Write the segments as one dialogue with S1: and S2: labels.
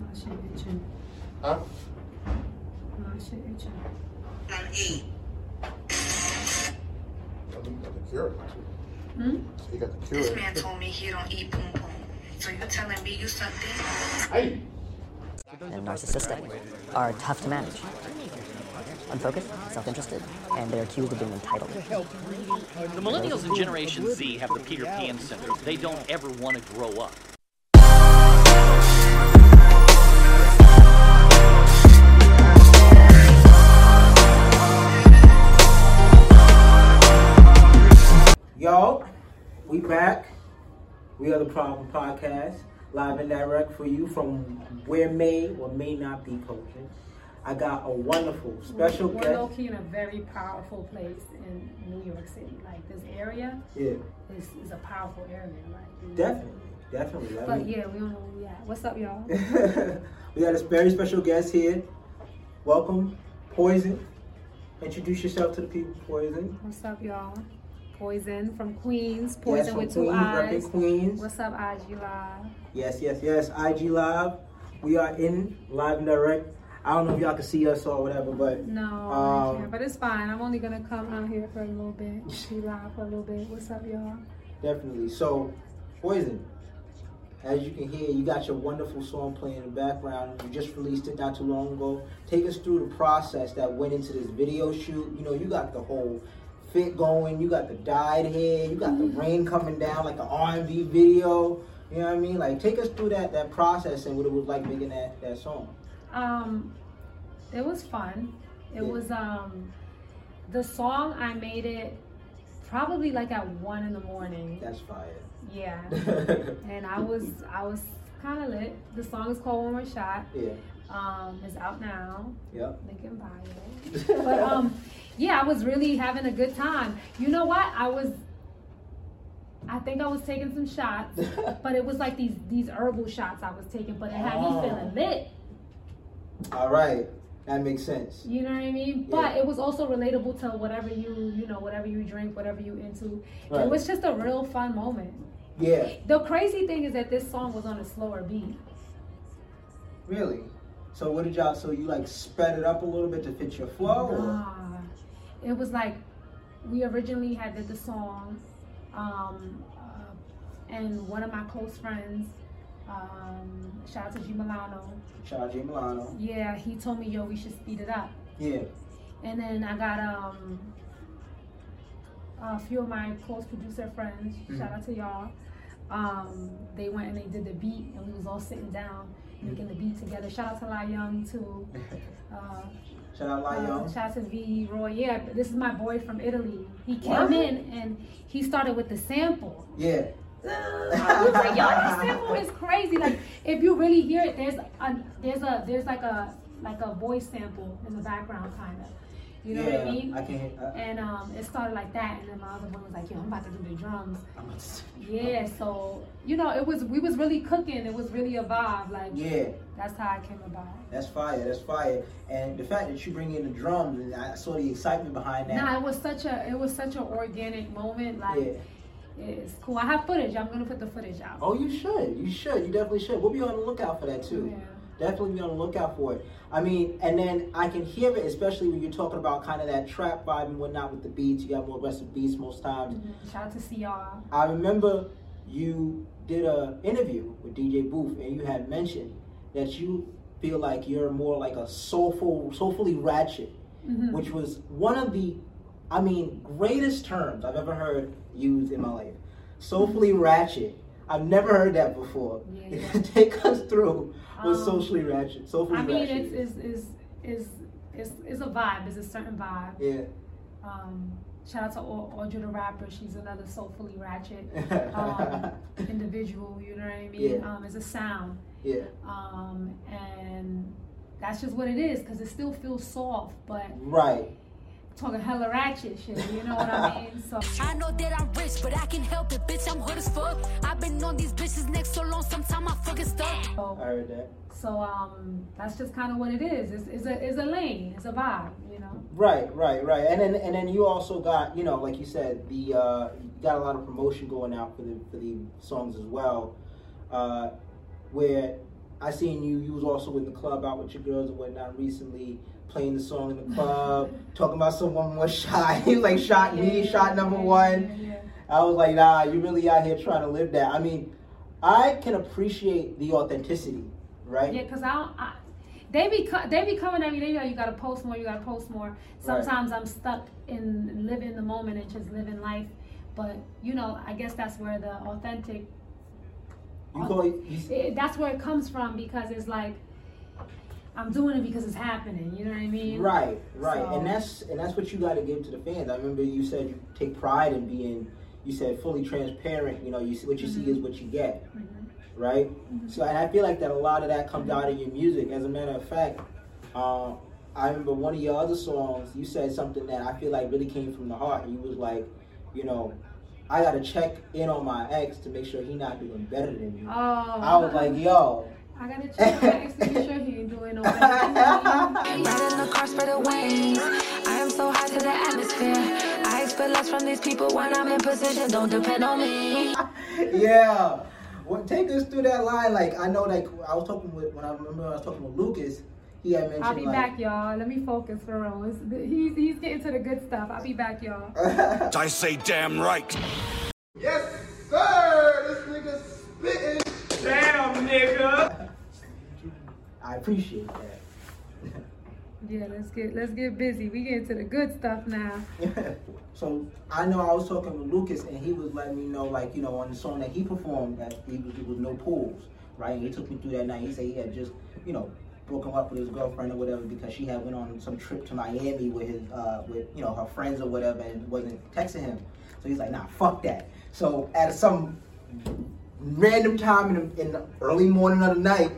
S1: maaşı için.
S2: Ha?
S1: Maaşı için.
S3: Plan A.
S2: I think he got the cure.
S1: Hı?
S2: He got the
S3: This
S2: cure.
S3: man told me he don't eat pum pum. So you telling me you something?
S2: Hey!
S4: and narcissistic are tough to manage. Unfocused, self-interested, and they're accused of being entitled.
S5: The millennials and Generation Z have the Peter Pan syndrome. They don't ever want to grow up.
S6: Y'all, we back. We are the Problem Podcast, live and direct for you from where may or may not be coaching. I got a wonderful special
S1: We're
S6: guest.
S1: located in a very powerful place in New York City. Like this area
S6: Yeah,
S1: is, is a powerful area. Like,
S6: definitely, definitely. I
S1: But
S6: mean-
S1: yeah, we don't know where we at. What's up, y'all?
S6: we got a very special guest here. Welcome, Poison. Introduce yourself to the people, Poison.
S1: What's up, y'all? Poison from Queens. Poison
S6: Yes, from
S1: with two
S6: Queens,
S1: eyes.
S6: repping Queens.
S1: What's up, IG Live?
S6: Yes, yes, yes. IG Live. We are in live and direct. I don't know if y'all can see us or whatever, but
S1: No, I
S6: Um,
S1: can't, but it's fine. I'm only gonna come out here for a little bit. Be live for a little bit. What's up, y'all?
S6: Definitely. So, Poison, as you can hear, you got your wonderful song playing in the background. You just released it not too long ago. Take us through the process that went into this video shoot. You know, you got the whole fit going. You got the dyed hair. You got the rain coming down like the R&B video. You know what I mean? Like, take us through that that process and what it was like making that that song.
S1: Um, it was fun. It
S6: Yeah.
S1: was um, the song I made it probably like at one in the morning.
S6: That's fire.
S1: Yeah,
S6: yeah.
S1: and I was I was kind of lit. The song is called One More Shot. Um, it's out now.
S6: Yep.
S1: Link in bio. but um yeah i was really having a good time you know what i was i think i was taking some shots but it was like these these herbal shots i was taking but it had me
S6: Oh.
S1: feeling lit
S6: All right. That makes sense.
S1: you know what i mean but it was also relatable to whatever you you know whatever you drink whatever you into
S6: Right.
S1: it was just a real fun moment
S6: Yeah.
S1: the crazy thing is that this song was on a slower beat
S6: Really? So what did y'all? So you like sped it up a little bit to fit your flow? Or?
S1: Ah, it was like we originally had did the song, um, uh, and one of my close friends, um, shout out to G Milano.
S6: Shout out Jay Milano.
S1: Yeah, he told me, yo, we should speed it up.
S6: Yeah.
S1: And then I got um, a few of my close producer friends. Shout out to y'all. Um, they went and they did the beat, and we was all sitting down making the beat together. Shout out to La Young too. Uh,
S6: Shout out
S1: uh,
S6: Lyon.
S1: Shout out to V Roy. Yeah, but this is my boy from Italy. He came
S6: What?
S1: in and he started with the sample.
S6: Yeah.
S1: I was like, y'all, this sample is crazy. Like, if you really hear it, there's a there's a there's like a like a voice sample in the background, kind of. You know
S6: yeah.
S1: what I mean?
S6: I can hear. uh. I,
S1: and um, it started like that, and then my other one was like, "Yo, I'm about to do the drums."
S6: I'm about to say-
S1: Yeah, so you know, it was we was really cooking. It was really a vibe. Like,
S6: yeah.
S1: that's how I came about.
S6: That's fire. That's fire. And the fact that you bring in the drums and I saw the excitement behind that.
S1: Nah, it was such a it was such an organic moment. Like,
S6: yeah.
S1: It's cool. I have footage. I'm gonna put the footage out.
S6: Oh, you should. You should. You definitely should. We'll be on the lookout for that too. Definitely be on the lookout for it. I mean, and then I can hear it, especially when you're talking about kind of that trap vibe and whatnot with the beats. You got more aggressive beats most times.
S1: Mm-hmm. Shout out to CR.
S6: I remember you did a interview with DJ Booth, and you had mentioned that you feel like you're more like a soulful, soulfully ratchet,
S1: Mm-hmm.
S6: which was one of the, I mean, greatest terms I've ever heard used in my life. Soulfully ratchet. I've never heard that before.
S1: Mm-hmm. Yeah,
S6: Take us through what
S1: Um,
S6: socially ratchet, soulfully
S1: I mean,
S6: ratchet.
S1: it's is is is is is a vibe. It's a certain vibe.
S6: yeah.
S1: Um, shout out to Au- Audra the rapper. She's another soulfully ratchet um, individual. You know what I mean?
S6: Yeah.
S1: Um, it's a sound,
S6: yeah.
S1: um, and that's just what it is. Cause it still feels soft, but
S6: Right.
S1: talking hella ratchet shit. You know what I mean? So.
S7: I know that I'm rich, but I can help it, bitch. I'm hood as fuck. I've been on these bitches' necks so long, sometime I fucking stuck.
S6: I heard that.
S1: So um, that's just kind of what it is. It's, it's a it's a lane. It's a vibe, you know.
S6: Right, right, right, and then and then you also got you know like you said the uh, you got a lot of promotion going out for the for the songs as well, uh, where I seen you. You was also in the club out with your girls and whatnot recently, playing the song in the club, talking about someone was shot. he was like shot me, shot number one. I was like, nah, you really out here trying to live that. I mean, I can appreciate the authenticity, right?
S1: Yeah, cause I, don't, I they be co- they be coming at me. They be like, you gotta post more. You gotta post more. Sometimes I'm stuck in living the moment and just living life. But you know, I guess that's where the authentic.
S6: You go, you,
S1: It, that's where it comes from because it's like I'm doing it because it's happening. You know what I mean?
S6: right, right,
S1: So-
S6: and that's and that's what you got to give to the fans. I remember you said you take pride in being, you said fully transparent. You know, you see what you
S1: Mm-hmm.
S6: see is what you get, right? So, and I feel like that a lot of that comes out of your music. As a matter of fact, uh, I remember one of your other songs. You said something that I feel like really came from the heart. You was like, you know. I gotta check in on my ex to make sure he not doing better than me.
S1: Oh.
S6: I was like, yo,
S1: I gotta check my ex to make sure he ain't doing no bad. thing.
S8: Right in the car, spread the wings. I am so high to the atmosphere. I expect less from these people when I'm in position. Don't depend on me.
S6: yeah. Well, take us through that line. Like I know, like I was talking with when I remember I was talking with Lucas. He had mentioned
S1: I'll be
S6: like,
S1: back, y'all. Let me focus for real. It's- He's, he's getting to the good stuff. I'll be back, y'all.
S9: I say damn right.
S10: Yes, sir. This nigga spitting. Damn, nigga.
S6: I appreciate that.
S1: Yeah, let's get let's get busy. We getting to the good stuff now.
S6: so I know I was talking with Lucas, and he was letting me know, like you know, on the song that he performed, that he was, it was no pools, right? And he took me through that night. He said he had just, you know, broken up with his girlfriend or whatever because she had went on some trip to Miami with his, uh, with you know, her friends or whatever, and wasn't texting him. So he's like, nah, fuck that. So at some random time in the, in the early morning of the night,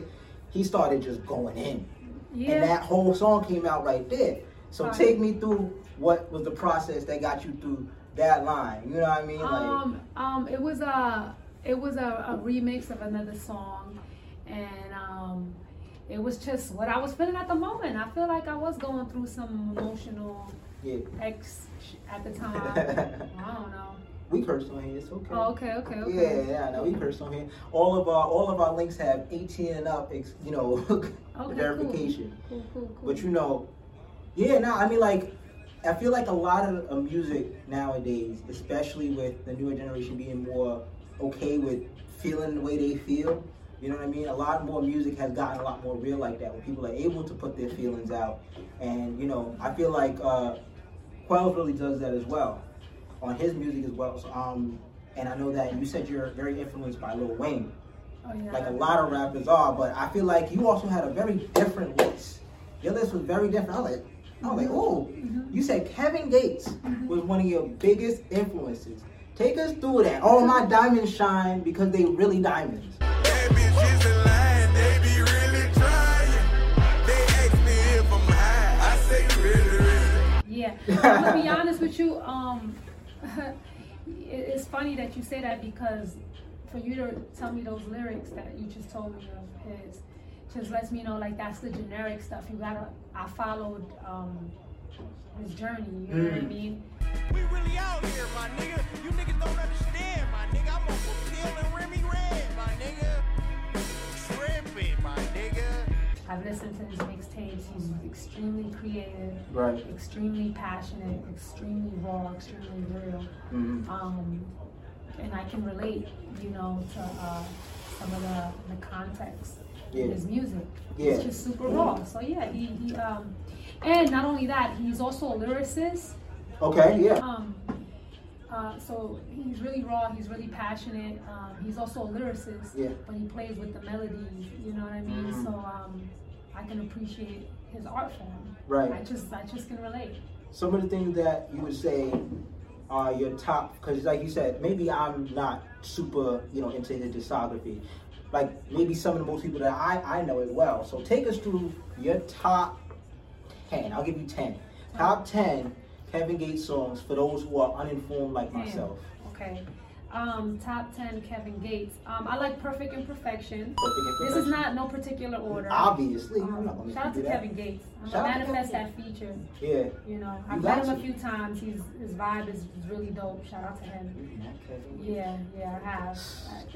S6: he started just going in.
S1: Yeah.
S6: And that whole song came out right there. So
S1: Right.
S6: take me through what was the process that got you through that line. You know what I mean? Like,
S1: Um, um, it was a it was a, a remix of another song, and um, it was just what I was feeling at the moment. I feel like I was going through some emotional
S6: yeah.
S1: ex sh- at the time. I don't know.
S6: We curse on here. It's okay.
S1: Oh, okay, okay,
S6: Yeah,
S1: okay.
S6: yeah, no, we curse on here. All of our all of our links have 18 and up, ex, you know,
S1: cool.
S6: verification.
S1: Cool, cool, cool.
S6: But you know, yeah, no, I mean like I feel like a lot of uh, music nowadays, especially with the newer generation being more okay with feeling the way they feel, you know what I mean? A lot more music has gotten a lot more real like that when people are able to put their feelings out. And, you know, I feel like uh Quell really does that as well on his music as well. So, um, and I know that you said you're very influenced by Lil Wayne,
S1: oh, yeah.
S6: like a lot of rappers are. But I feel like you also had a very different list. Your list was very different. I was like, I was like, oh, you said Kevin Gates was one of your biggest influences. Take us through that. All my diamonds shine because they really diamonds.
S9: Bad bitches in line, they be really trying. They ask me if I'm high, I say really, really.
S1: Yeah, I'm gonna be honest with you. Um, it- it's funny that you say that because for you to tell me those lyrics that you just told me of his just lets me know like that's the generic stuff. You gotta, I followed um, his journey. You know what I mean?
S9: We really out here, my nigga. You niggas don't understand, my nigga. I'm on Pill and Remy Red, my nigga. Tripping, my nigga.
S1: I've listened to his mixtapes. He's extremely creative,
S6: Right.
S1: extremely passionate, extremely raw, extremely real.
S6: Mm-hmm.
S1: Um, and I can relate, you know, to uh, some of the, the context
S6: Yeah.
S1: in his music.
S6: Yeah.
S1: It's just super raw. So yeah, he, he um, and not only that, he's also a lyricist.
S6: Okay, yeah.
S1: Um, uh, so he's really raw. He's really passionate. Um, he's also a lyricist,
S6: Yeah. Mm-hmm.
S1: but he plays with the melodies. You know what I mean? So um, I can appreciate his art form.
S6: Right.
S1: I just I just can relate.
S6: some of the things that you would say are your top because like you said maybe i'm not super you know into his discography like maybe some of the most people that i i know as well so take us through your top 10 i'll give you 10 top 10 kevin gates songs for those who are uninformed like
S1: Damn.
S6: myself
S1: Okay. Um, top ten Kevin Gates. Um, I like Perfect Imperfection.
S6: Perfect
S1: This is not
S6: Imperfection.
S1: no particular order.
S6: obviously i'm not
S1: Um,
S6: gonna
S1: shout out
S6: do
S1: to
S6: that.
S1: Kevin Gates. I'm
S6: Shout out
S1: gonna
S6: to
S1: manifest
S6: Kevin
S1: that feature.
S6: yeah
S1: You know, I've
S6: You
S1: met
S6: got
S1: him a
S6: to.
S1: few times. He's, his vibe is really dope. Shout out to him.
S6: Not Kevin Gates.
S1: Yeah, yeah, I have.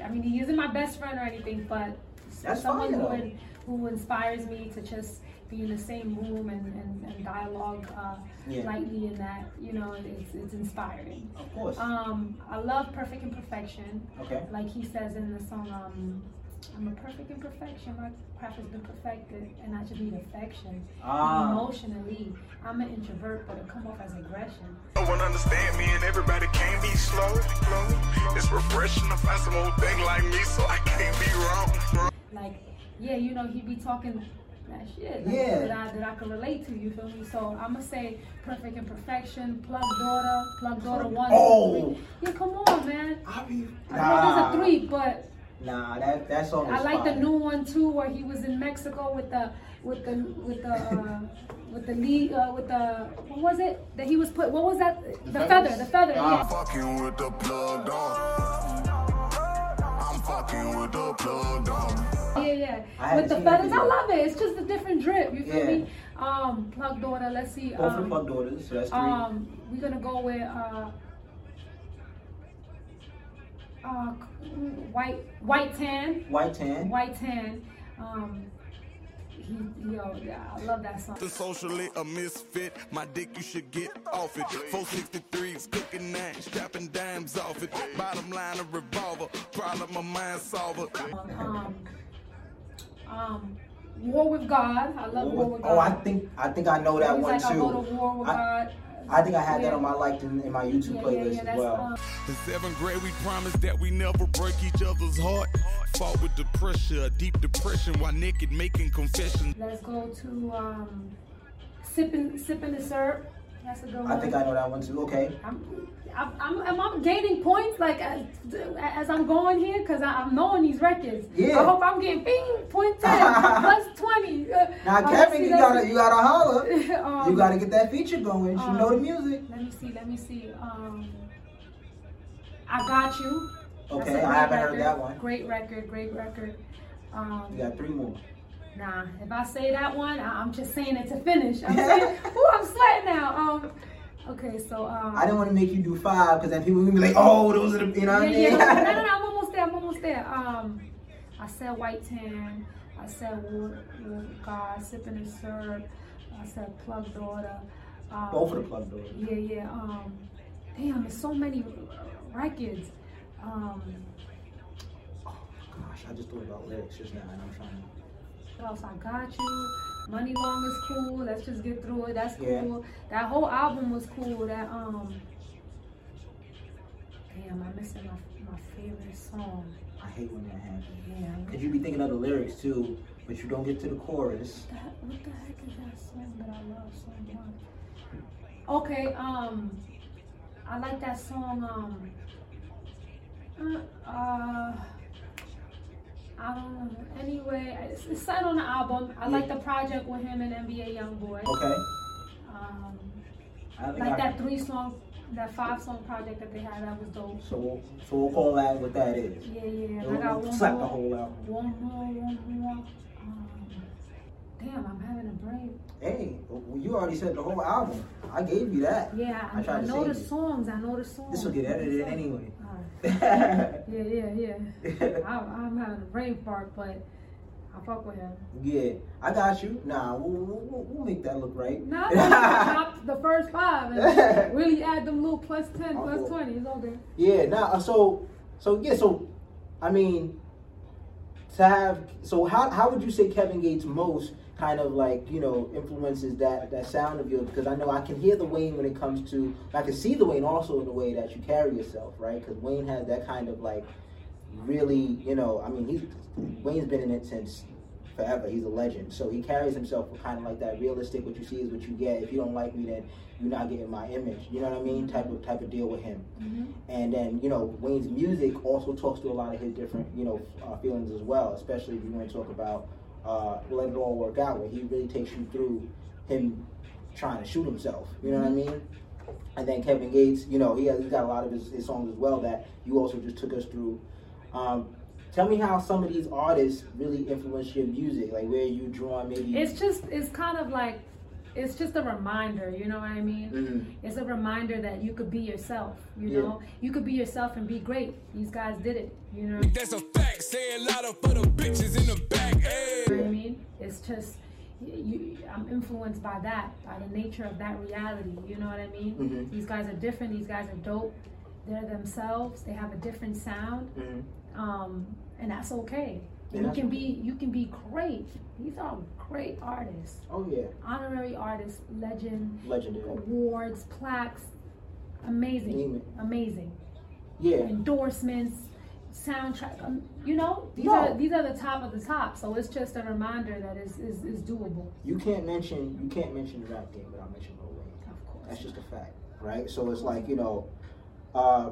S1: I, I mean, he isn't my best friend or anything, but
S6: That's
S1: someone
S6: fine,
S1: who,
S6: though.
S1: in- who inspires me to just be in the same room and, and, and dialogue uh,
S6: Yeah.
S1: lightly in that, you know, it's, it's inspiring.
S6: Of course.
S1: Um, I love Perfect Imperfection.
S6: Okay.
S1: Like he says in the song, um, I'm a perfect imperfection. My craft has been perfected, and I just need affection.
S6: Ah.
S1: Emotionally, I'm an introvert, but it come off as aggression.
S11: No one understand me and everybody can't be slow. It's refreshing to find someone who think like me so I can't be wrong.
S1: like yeah you know he be talking that shit like,
S11: Yeah.
S1: that, I, that I can relate to you feel me so I'm gonna say perfect imperfection plug daughter plug daughter one two,
S6: Oh.
S1: three. yeah come on man
S6: I be
S1: know
S11: Ah.
S6: Nah.
S1: there's a three but
S6: Nah, that that song.
S1: I
S6: is
S1: like the
S6: fire.
S1: new one too where he was in Mexico with the with the with the uh, with the league uh, with the what was it that he was put what was that the feather the feather
S11: I'm
S1: yeah.
S11: fucking with the plug dog. I'm fucking with the plug dog.
S1: Yeah, yeah.
S11: I
S1: With the
S11: haven't seen that
S1: feathers, I
S11: video.
S1: love it. It's just a different drip. You feel
S6: Yeah.
S1: me? Um, plug daughter. Let's see.
S6: Both of
S1: um,
S6: my daughters, so that's three.
S1: Um, we're gonna go with uh, uh, white white tan.
S6: White Tan.
S1: White tan. Um, he, yo, yeah, I love that song.
S11: Something socially a misfit. My dick, you should get off it. 463s, cooking nine, strapping dimes off it. Bottom line, a revolver. Problem, a mind solver.
S1: Um, um, War with God. I love War with God.
S6: Oh, I think I think I know that
S1: He's
S6: one
S1: like,
S6: too.
S1: I go to war with God.
S6: I think I had that
S1: Yeah.
S6: on my liked in, in my YouTube
S1: Yeah, yeah,
S6: playlist
S1: yeah,
S6: as
S1: that's,
S6: well.
S1: uh,
S11: In seventh grade, we promised that we never break each other's heart. Fought with depression, a deep depression, while naked making confessions.
S1: Let's go to um, sipping sipping the syrup. That's a good one.
S6: I think I know that one too.
S1: uh,
S6: Okay.
S1: I'm, I'm, I'm, am i gaining points like as, as I'm going here because I'm knowing these records.
S6: Yeah.
S1: I hope I'm getting bing, point 10, plus 20. Uh,
S6: Now,
S1: uh, let's
S6: Kevin, you
S1: see, let's
S6: gotta
S1: see.
S6: you gotta holler.
S1: Um,
S6: you gotta get that feature going.
S1: um,
S6: you know the music.
S1: Let me see, let me see. Um, I Got You. That's a
S6: Okay, I
S1: great
S6: haven't heard
S1: record.
S6: that one.
S1: Great record, great record. Um,
S6: You got three more.
S1: Nah, if I say that one, I, I'm just saying it to finish. I'm saying, ooh, I'm sweating now. Um, okay, so um,
S6: I didn't want to make you do five because then people would be like, oh, those are the you know what I mean?
S1: yeah, yeah. No, no, no, I'm almost there. I'm almost there. Um, I said white tan. I said wood, wood God sipping the syrup. I said plug daughter. Um,
S6: Both of the plug doors.
S1: Yeah, yeah. Um, damn, there's so many records. Um,
S6: Gosh, I just thought about lyrics just now, and I'm trying. to-
S1: what else? I got you. Money long is cool. Let's just get through it. That's
S6: Yeah.
S1: cool. That whole album was cool. That um. Damn, I'm missing my, my favorite song.
S6: I hate when that happens.
S1: Yeah.
S6: Cause you be thinking of the lyrics too, but you don't get to the chorus.
S1: That- what the heck is that song that I love so much? Okay, um, I like that song. Um, uh, uh, I don't know. Anyway, it's, it's set on the album. I like the project with him and NBA YoungBoy.
S6: Okay.
S1: Um,
S6: I think I-
S1: like that three song, that five song project that they had. That was dope.
S6: So we'll, so we'll call that what that is.
S1: Yeah, yeah.
S6: It
S1: and I got
S6: will
S1: one
S6: slap
S1: more.
S6: the whole album.
S1: One more, one more. Um, damn, I'm having a brain.
S6: Hey, well, you already said the whole album. I gave you that.
S1: Yeah, I,
S6: I tried
S1: I
S6: to
S1: know the
S6: save it.
S1: songs. I know the songs.
S6: This will get edited anyway.
S1: Alright. yeah, yeah, yeah. I, I'm having a brain fart, but I fuck with him.
S6: Yeah, I got you. Nah, we'll, we'll, we'll- we'll make that look right.
S1: Not that I chopped the first five and really add them little plus 10, plus 20. It's all good.
S6: yeah, nah. uh, So, so yeah, so, I mean, to have so how how would you say Kevin Gates most kind of like you know influences that that sound of yours? Because I know I can hear the Wayne when it comes to I can see the Wayne also in the way that you carry yourself, right? Because Wayne has that kind of like really you know I mean he's Wayne's been in it since forever. He's a legend, so he carries himself with kind of like that realistic. What you see is what you get. If you don't like me, then you're not getting my image. You know what I mean? Type of type of deal with him. And then, you know, Wayne's music also talks to a lot of his different, you know, uh, feelings as well, especially if you want to talk about uh, Let It All Work Out, where he really takes you through him trying to shoot himself. You know what I mean? And then Kevin Gates, you know, he has, he's got a lot of his, his songs as well that you also just took us through. Um, tell me how some of these artists really influence your music, like where you draw maybe.
S1: It's just, it's kind of like it's just a reminder, you know what I mean?
S6: Mhm.
S1: It's a reminder that you could be yourself, you
S12: Yeah.
S1: know? You could be yourself and be great. These guys did it, you know?
S12: That's a fact. Say a lot of for the bitches in the back. eh?
S1: You know what I mean? It's just, you, I'm influenced by that, by the nature of that reality. You know what I mean?
S6: Mhm.
S1: These guys are different. These guys are dope. They're themselves. They have a different sound,
S6: Mhm.
S1: um, and that's okay.
S6: Yeah,
S1: you
S6: that's
S1: can be you can be great. These are great artists,
S6: Oh yeah,
S1: honorary artists, legend,
S6: legendary.
S1: awards, plaques,
S6: Name
S1: amazing,
S6: it.
S1: amazing
S6: Yeah,
S1: endorsements, soundtrack. Um, you know, these
S6: No.
S1: are these are the top of the top. So it's just a reminder that is is is doable.
S6: you can't mention you can't mention the rap game without mentioning Lil Wayne.
S1: Of course.
S6: That's just a fact, right? So it's like you know, uh,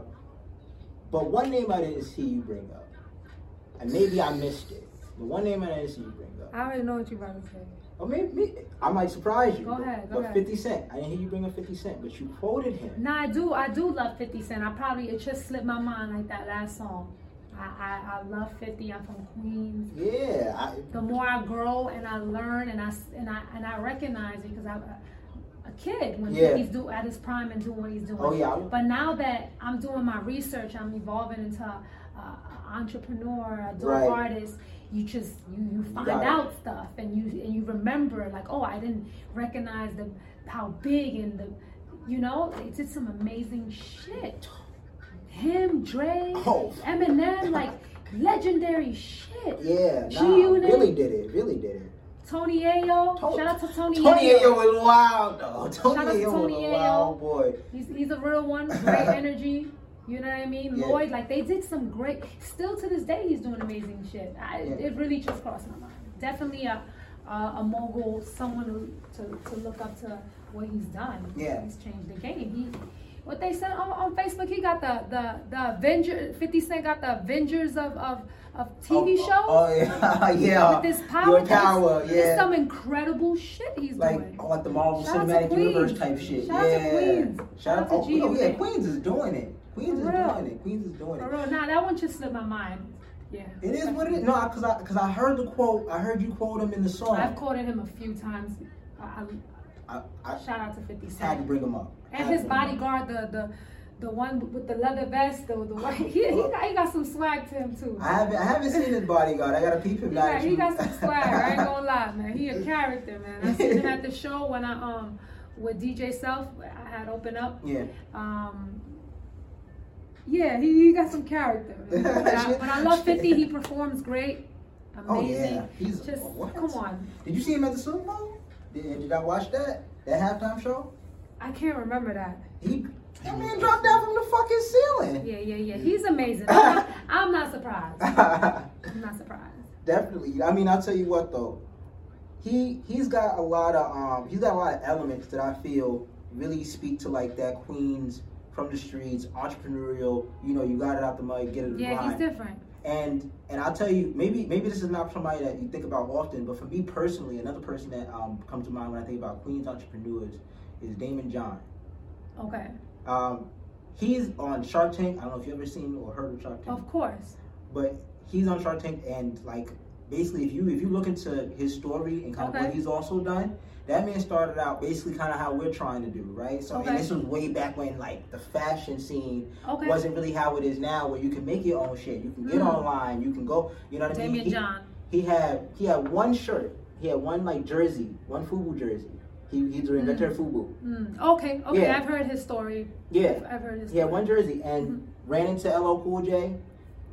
S6: but one name I didn't see you bring up, and maybe I missed it. But one name I didn't see you bring up.
S1: I already know what you're about to say.
S6: Or maybe, I might surprise you.
S1: Go
S6: but,
S1: ahead, go
S6: but
S1: ahead.
S6: 50 Cent. I didn't hear you bring up 50 Cent, but you quoted him.
S1: Nah, I do I do love 50 Cent. I probably it just slipped my mind like that last song. I I, I love 50. I'm from Queens.
S6: Yeah, I,
S1: the more I grow and I learn and I s- and I and I recognize it because I. A kid when
S6: Yeah.
S1: he's do at his prime and doing what he's doing.
S6: Oh, yeah.
S1: But now that I'm doing my research, I'm evolving into a, a entrepreneur, a dual
S6: Right.
S1: artist. You just you, you find
S6: got it.
S1: out stuff and you and you remember like oh I didn't recognize the how big and the you know they did some amazing shit. Him, Dre,
S6: Oh.
S1: Eminem, like legendary shit.
S6: yeah, nah,
S1: G-Unit.
S6: really did it, really did it.
S1: Tony Ayo.
S6: Tony-
S1: Shout out to Tony,
S6: Tony
S1: Ayo.
S6: Ayo was wild though. Tony
S1: Shout out to
S6: Ayo was
S1: Tony
S6: a
S1: Ayo.
S6: wild boy.
S1: He's, he's a real one. Great energy. You know what I mean?
S6: Yeah.
S1: Lloyd, like they did some great. Still to this day, he's doing amazing shit. I,
S6: Yeah.
S1: It really just crossed my mind. Definitely a a, a mogul, someone who- to to look up to what he's done.
S6: Yeah.
S1: he's changed the game. He. What they said on, on Facebook, he got the the the Avenger. Fifty Cent got the Avengers of of, of TV
S6: oh,
S1: shows.
S6: oh, yeah, yeah.
S1: With this
S6: Your
S1: power, there's-
S6: power, yeah.
S1: There's some incredible shit he's
S6: Like
S1: doing.
S6: oh, like the Marvel
S1: Shout out to
S6: Cinematic
S1: Queens.
S6: Universe type shit.
S1: Shout out to
S6: yeah.
S1: Queens.
S6: Shout out
S1: Shout out
S6: oh,
S1: to
S6: oh, yeah,
S1: G-Unit.
S6: Queens is doing it. Queens
S1: For
S6: is
S1: real.
S6: doing it. Queens is doing
S1: For
S6: it.
S1: real, nah, that one just slipped my mind. Yeah.
S6: It is what it is. No, because I because I heard the quote. I heard you quote him in the song.
S1: I've quoted him a few times. I,
S6: I,
S1: I,
S6: I
S1: shout out to 50
S6: had to
S1: Cent.
S6: bring him up.
S1: And
S6: Had
S1: his
S6: to bring him up.
S1: bodyguard, the the the one with the leather vest, the, the white, he, he, got, he got some swag to him too.
S6: I haven't I haven't seen his bodyguard. I gotta peep him
S1: He
S6: now
S1: got,
S6: that
S1: he
S6: you-
S1: got some swag. I ain't gonna lie, man. He a character, man. I seen him at the show when I um with DJ Self. I had open up.
S6: Yeah.
S1: Um. Yeah, he, he got some character. man. But I, but I love 50. He performs great. Amazing.
S6: Oh, yeah. He's-
S1: Just
S6: what?
S1: come on.
S6: Did you see him at the Super Bowl? Did, did I watch that? That halftime show?
S1: I can't remember that.
S6: He that man dropped down from the fucking ceiling.
S1: Yeah, yeah, yeah. He's amazing. I'm not, I'm not surprised. I'm not surprised.
S6: Definitely. I mean, I'll tell you what though. He he's got a lot of um he's got a lot of elements that I feel really speak to like that Queens from the streets, entrepreneurial, you know, you got it out the mud, get it
S1: Yeah,
S6: right.
S1: he's different.
S6: And and I'll tell you, maybe maybe this is not somebody that you think about often, but for me personally, another person that um, comes to mind when I think about Queens entrepreneurs is Damon John.
S1: Okay.
S6: Um, he's on Shark Tank. I don't know if you ever seen or heard of Shark Tank,
S1: Of course.
S6: but he's on Shark Tank, and like basically, if you if you look into his story and kind of what
S1: Okay.
S6: he's also done, that man started out basically kind of how we're trying to do, right? So
S1: Okay.
S6: and this was way back when like the fashion scene
S1: Okay.
S6: wasn't really how it is now, where you can make your own shit. You can get
S1: Mm.
S6: online. You can go. You know what I mean?
S1: Damian
S6: He-
S1: John.
S6: He had he had one shirt. He had one like jersey, one FUBU jersey. He, he's
S1: Hmm.
S6: an inventor of FUBU.
S1: Mm, okay, okay.
S6: Yeah.
S1: I've heard his story.
S6: Yeah.
S1: I've heard his
S6: He had
S1: story.
S6: one jersey and ran into LL Cool J,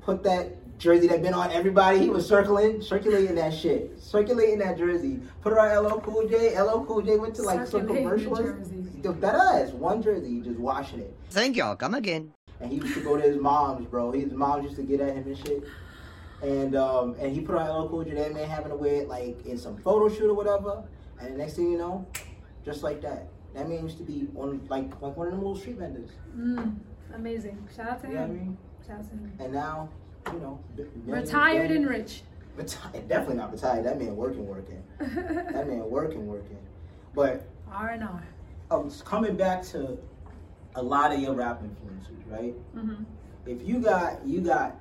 S6: put that jersey that been on everybody. He was circling, circulating that shit, circulating that jersey. Put it on LL Cool J. LL Cool J went to like some
S1: Circulating the
S6: commercials.
S1: jersey.
S6: That ass, one jersey, he just washing it.
S4: Thank y'all. Come again.
S6: And he used to go to his mom's, bro. His mom used to get at him and shit. And um, and he put on LL Cool J. That man having to wear it like in some photo shoot or whatever. And the next thing you know, just like that, that man used to be on like like one of them little street vendors.
S1: Mm, amazing. Shout out to
S6: You know what I
S1: him.
S6: mean?
S1: Shout out to him.
S6: And now, you know, b- billion-
S1: Retired
S6: billion-
S1: and rich.
S6: retired, definitely not retired. That man working, working. that man working, working. But
S1: R and R.
S6: I was coming back to a lot of your rap influences, right?
S1: Mhm.
S6: If you got you got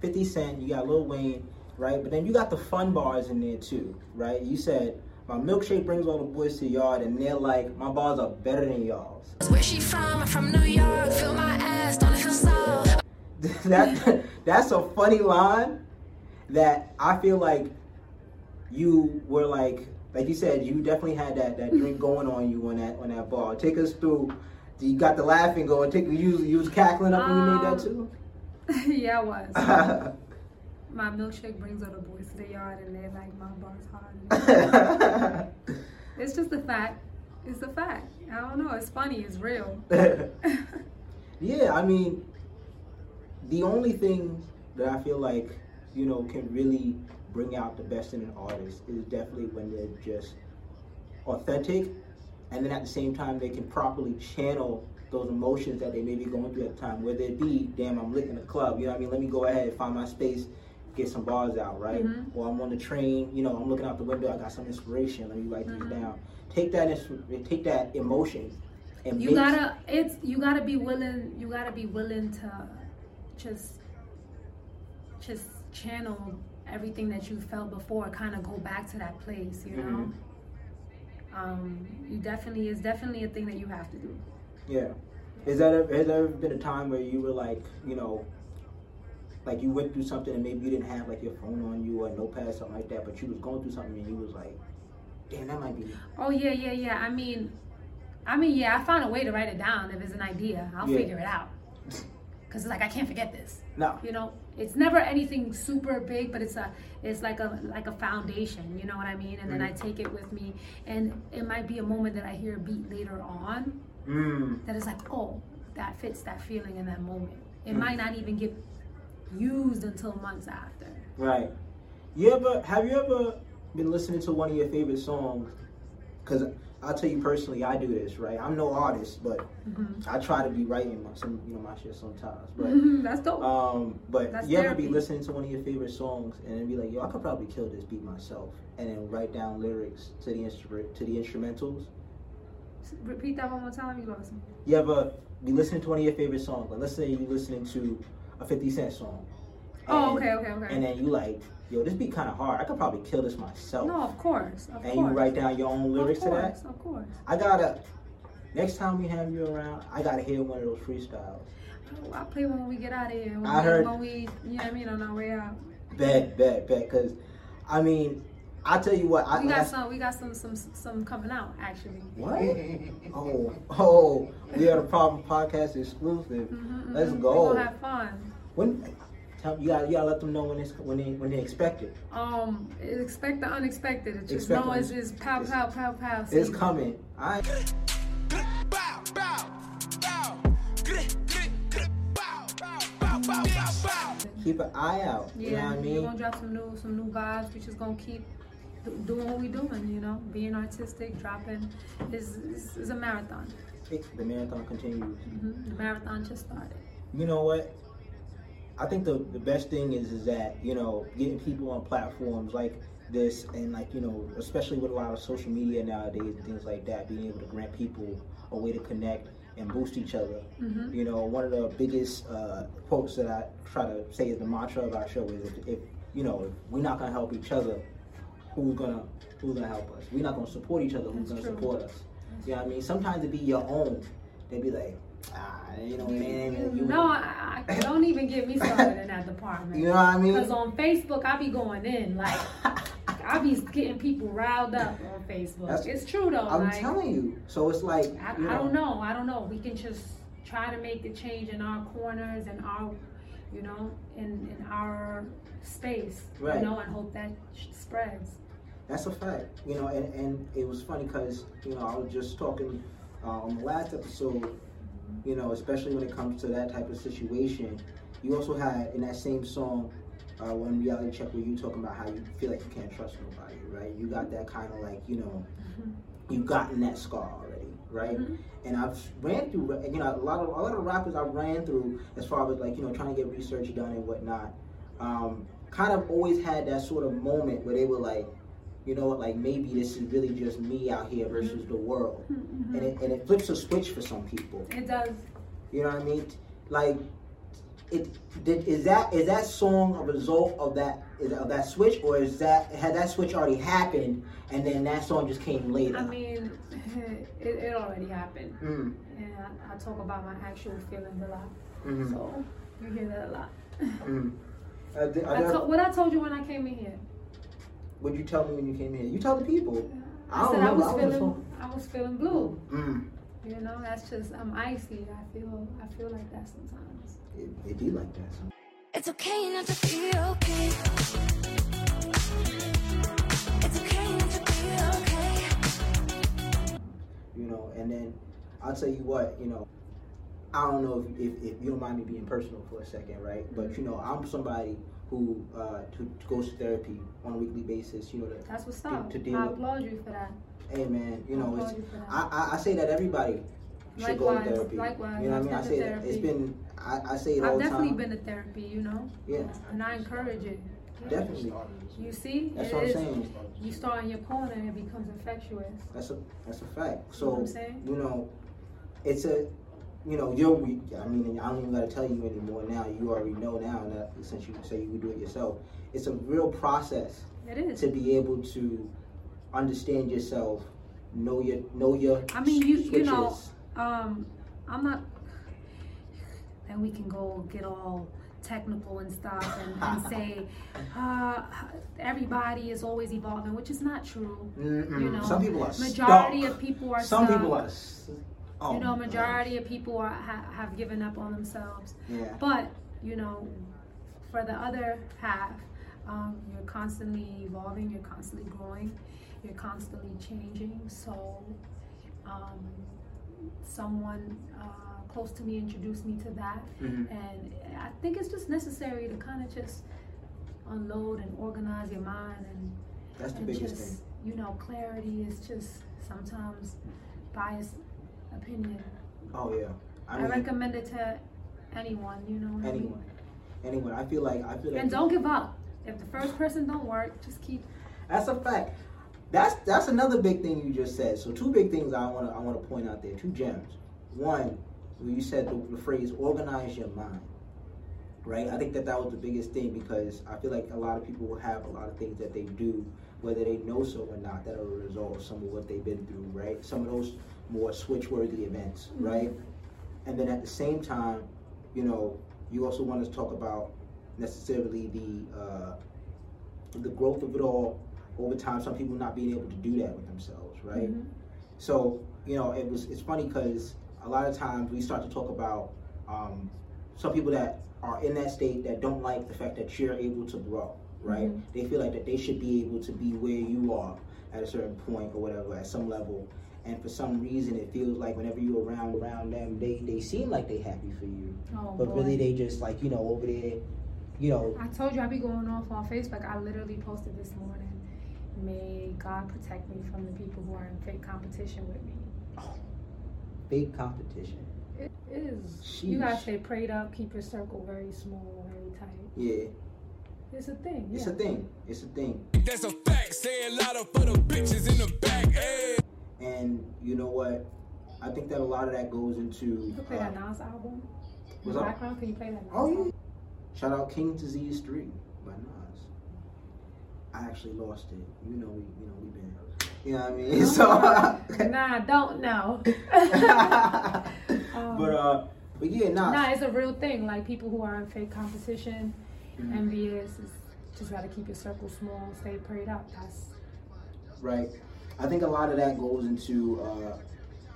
S6: Fifty Cent, you got Lil Wayne, right? But then you got the fun bars in there too, right? You said My milkshake brings all the boys to the yard, and they're like, my bars are better than y'all's.
S8: Where she from? I'm from New York. Feel my ass, don't feel soft.
S6: that that's a funny line that I feel like you were like like you said you definitely had that that drink going on you on that on that bar. Take us through. You got the laughing going. Take you you was cackling up when you made that too.
S1: yeah, I was. my milkshake brings all the boys to the yard, and they're like, "My bar's hard." it's just a fact. It's a fact. I don't know. It's funny. It's real.
S6: yeah, I mean, the only thing that I feel like you know can really bring out the best in an artist is definitely when they're just authentic, and then at the same time they can properly channel those emotions that they may be going through at the time, whether it be, damn, I'm lit in the club, you know what I mean? Let me go ahead, find my space, get some bars out, right?
S1: Mm-hmm.
S13: Mhm.
S6: Or I'm on the train, you know, I'm looking out the window, I got some inspiration, let me write these
S1: Mm-hmm.
S6: down. Take that, ins- take that emotion, and
S1: you
S6: make-
S1: gotta it's you gotta be willing you gotta be willing to just just channel everything that you felt before kind of go back to that place you know
S6: Mhm.
S1: um you definitely it's definitely a thing that you have to do
S6: Yeah. Is that ever, has there ever been a time where you were like, you know, like you went through something and maybe you didn't have like your phone on you or a notepad or something like that, but you was going through something and you was like, damn, that might be.
S1: oh yeah yeah yeah i mean i mean yeah i found a way to write it down if it's an idea i'll
S6: Yeah.
S1: figure it out because like i can't forget this
S6: No.
S1: you know it's never anything super big but it's a it's like a like a foundation you know what i mean and then i
S6: Mhm.
S1: take it with me and it might be a moment that i hear a beat later on
S6: Mm.
S1: that is like oh that fits that feeling in that moment it
S6: Mhm.
S1: might not even get used until months after
S6: Right. You ever have you ever been listening to one of your favorite songs? Because I'll tell you personally, I do this. Right. I'm no artist, but I try to be writing my, some you know my shit sometimes. But
S1: that's dope
S6: Um, but
S1: That's
S6: you ever be
S1: therapy.
S6: listening to one of your favorite songs and then be like, "Yo, I could probably kill this beat myself," and then write down lyrics to the instrument to the instrumentals.
S1: S- repeat that one more time you lost me
S6: You ever be listening to one of your favorite songs? Like, let's say you're listening to a Fifty Cent song.
S1: oh
S6: and-
S1: okay okay okay
S6: And then you like, "Yo, this beat kind of hard. I could probably kill this myself."
S1: no of course of
S6: and you
S1: course
S6: write down your own lyrics
S1: of
S6: to
S1: course
S6: that.
S1: of course
S6: I gotta. Next time we have you around, I gotta hear one of those freestyles.
S1: Oh, i'll play one when we get out of here when
S6: I
S1: we,
S6: heard-
S1: when we you know what i mean on our way out
S6: Bet, bet, bet. Cause, I mean, I tell you what, I
S1: we
S6: like I
S1: got some. We got some. Some. Some coming out actually.
S6: What? Oh, oh, we are the Problem Podcast exclusive. Let's
S1: We're
S6: go.
S1: Mm-hmm, gonna have fun.
S6: When tell you gotta you gotta let them know when it's when they when they expect it.
S1: Um, expect the unexpected. It's just
S6: Expect
S1: know
S6: the
S1: it's just pow pow pow pow.
S6: It's
S1: See?
S6: coming. I keep an eye out.
S1: Yeah,
S6: You know what I
S1: we're
S6: mean?
S1: gonna drop some new some new vibes. We just gonna keep do- doing what we doing. You know, being artistic, dropping is is, is a marathon.
S6: It- the marathon continues.
S1: hmm The marathon just started.
S6: You know what? I think the, the best thing is is that, you know, getting people on platforms like this and like, you know, especially with a lot of social media nowadays and things like that, being able to grant people a way to connect and boost each other.
S13: Mhm.
S6: You know, one of the biggest uh, quotes that I try to say is the mantra of our show is if, if you know, if we're not gonna help each other, who's gonna who's gonna help us? We're not gonna support each other, who's
S13: That's
S6: gonna
S13: true.
S6: support us? You know what I mean? Sometimes it be your own. They be like, ah, you know, man, you,
S1: No, I, I don't even get me started in that department.
S6: You know what I mean?
S1: Because on Facebook, I be going in like I be getting people riled up on Facebook.
S6: That's-
S1: it's true though.
S6: I'm
S1: like,
S6: telling you. So it's like
S1: I,
S6: you
S1: I don't know. I don't know. We can just try to make the change in our corners and our, you know, in, in our space,
S6: Right.
S1: you know, and hope that sh- spreads.
S6: That's a fact. You know, and, and it was funny because you know I was just talking uh, on the last episode. You know, especially when it comes to that type of situation, you also had in that same song. Uh, one reality check where you talking about how you feel like you can't trust nobody, right? You got that kind of like, you know, you've gotten that scar already, right? And I've ran through, you know, a lot of a lot of rappers I ran through as far as like you know trying to get research done and whatnot. Um, kind of always had that sort of moment where they were like, you know what, like maybe this is really just me out here
S1: Mm-hmm.
S6: versus the world, and it and it flips a switch for some people.
S1: It does.
S6: You know what I mean? Like, it did, is that is that song a result of that is of that switch, or is that had that switch already happened and then that song just came later?
S1: I mean, it, it already happened.
S6: Mm.
S1: And I, I talk about my actual feelings a lot.
S6: Mhm.
S1: So you hear that a lot.
S6: Mm. Uh, th- are
S1: I
S6: there-
S1: to, what I told you when I came in here,
S6: what'd you tell me when you came in? You tell the people.
S1: I,
S6: don't
S1: said I
S6: remember.
S1: was
S6: I was
S1: feeling I was feeling blue.
S6: Mm.
S1: You know, that's just I'm icy. I feel I feel like that sometimes.
S6: It be like that.
S7: It's okay not to be okay. It's okay not to be okay.
S6: you know. And then I'll tell you what, you know, I don't know if, if, if you don't mind me being personal for a second, right?
S1: Mm-hmm.
S6: But you know, I'm somebody who uh, who goes to therapy on a weekly basis, you know, to,
S1: That's what's
S6: to-
S1: up.
S6: to deal
S1: I
S6: with.
S1: applaud you for that.
S6: Hey man, you know,
S1: applaud
S6: it's,
S1: you for that.
S6: I, I I say that everybody should go to
S1: Likewise,
S6: therapy.
S1: likewise.
S6: You know what I
S1: I've been to
S6: mean? I say that
S1: therapy.
S6: it's been I, I say it all
S1: I've
S6: the
S1: definitely
S6: time.
S1: been to therapy, you know.
S6: Yeah.
S1: And I encourage it.
S6: Definitely.
S1: You see,
S6: That's
S1: It
S6: what I'm
S1: is-
S6: saying.
S1: You start in your corner and it becomes infectious.
S6: That's a that's a fact.
S1: You know what
S6: So
S1: I'm saying?
S6: you know, it's a you know you're weak. I mean, I don't even gotta tell you anymore now. You already know now that since you say you can do it yourself, it's a real process
S1: It is.
S6: to be able to understand yourself, know your know your.
S1: I mean, you you know,
S6: switches.
S1: um, I'm not. Then we can go get all technical and stuff and, and say uh, everybody is always evolving, which is not true.
S6: Mm-mm.
S1: You know,
S6: Some people are
S1: majority
S6: stuck.
S1: of people are
S6: Some
S1: stuck.
S6: people are. s- Oh,
S1: you know,
S6: my God.
S1: majority of people are, ha- have given up on themselves.
S6: Yeah.
S1: But you know, for the other half, um, you're constantly evolving, you're constantly growing, you're constantly changing. So, um, someone uh, close to me introduced me to that,
S13: Mhm.
S6: Mm-hmm.
S1: and I think it's just necessary to kind of just unload and organize your mind and
S6: That's the
S1: and
S6: biggest
S1: just,
S6: thing.
S1: You know, clarity is just sometimes biased opinion.
S6: Oh yeah.
S1: I,
S6: mean,
S1: recommend it to anyone, you know. what I mean?
S6: anyone, anyone. I feel like I feel like
S1: And don't give up. If the first person don't work, just keep.
S6: That's a fact. That's that's another big thing you just said. So two big things I want to I want to point out there. Two gems. One, where you said the, the phrase "organize your mind," right? I think that that was the biggest thing because I feel like a lot of people will have a lot of things that they do, whether they know so or not, that are a result of some of what they've been through, right? Some of those more switch-worthy events,
S14: Mhm.
S6: right? And then at the same time, you know, you also want to talk about necessarily the uh, the growth of it all over time. Some people not being able to do that with themselves, right?
S1: Mm-hmm.
S14: Mhm.
S6: So you know, it was it's funny because a lot of times we start to talk about um, some people that are in that state that don't like the fact that you're able to grow, right?
S1: Mm-hmm.
S14: Mhm.
S6: They feel like that they should be able to be where you are at a certain point or whatever, at some level. And for some reason, it feels like whenever you're around around them, they they seem like they happy for you,
S1: Oh,
S6: but
S1: boy.
S6: really they just like you know over there, you know.
S1: I told you I be going off on Facebook. I literally posted this morning. May God protect me from the people who are in fake competition with me.
S6: Big competition.
S1: It is. You gotta
S6: Sheesh.
S1: stay prayed up. Keep your circle very small, very tight.
S6: Yeah,
S1: It's a thing.
S6: it's
S1: yeah.
S6: a thing. It's a thing.
S12: That's a fact. Say a lot of for the bitches in the back. Hey.
S6: And you know what? I think that a lot of that goes into
S1: You can play
S6: uh,
S1: that Nas album. In
S6: What's
S1: the
S6: up?
S1: background, can you play that? Nas
S6: Oh, yeah.
S1: album?
S6: shout out King Disease Three by Nas. I actually lost it. You know we you know we been you know what I mean? So
S1: nah, don't know. Um,
S6: but uh but yeah, nah.
S1: Nah, it's a real thing. Like people who are in fake competition,
S6: Mhm.
S1: envious, is just gotta keep your circle small, stay prayed up. That's
S6: right? I think a lot of that goes into uh,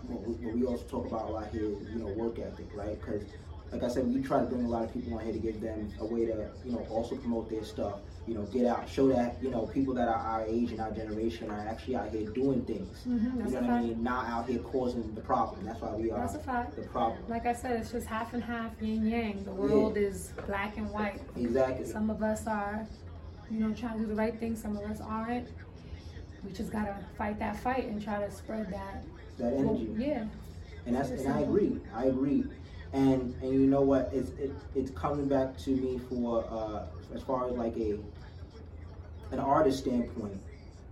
S6: what, we, what we also talk about a lot here, you know, work ethic, right? Because, like I said, we try to bring a lot of people on here to give them a way to, you know, also promote their stuff, you know, get out, show that, you know, people that are our age and our generation are actually out here doing things.
S1: Mhm, that's
S6: you know
S1: a
S6: what I
S1: fact.
S6: mean? Not out here causing the problem. That's why we are
S1: that's a fact.
S6: the problem.
S1: Like I said, it's just half and half, yin yang. The world
S6: Yeah.
S1: is black and white.
S6: Exactly.
S1: Some of us are, you know, trying to do the right thing. Some of us aren't. We just gotta fight that fight and try to spread that.
S6: That
S1: hope.
S6: energy.
S1: Yeah.
S6: and that's and I
S1: Simple.
S6: agree. I agree. And and you know what? It's it, it's coming back to me for uh, as far as like a an artist standpoint,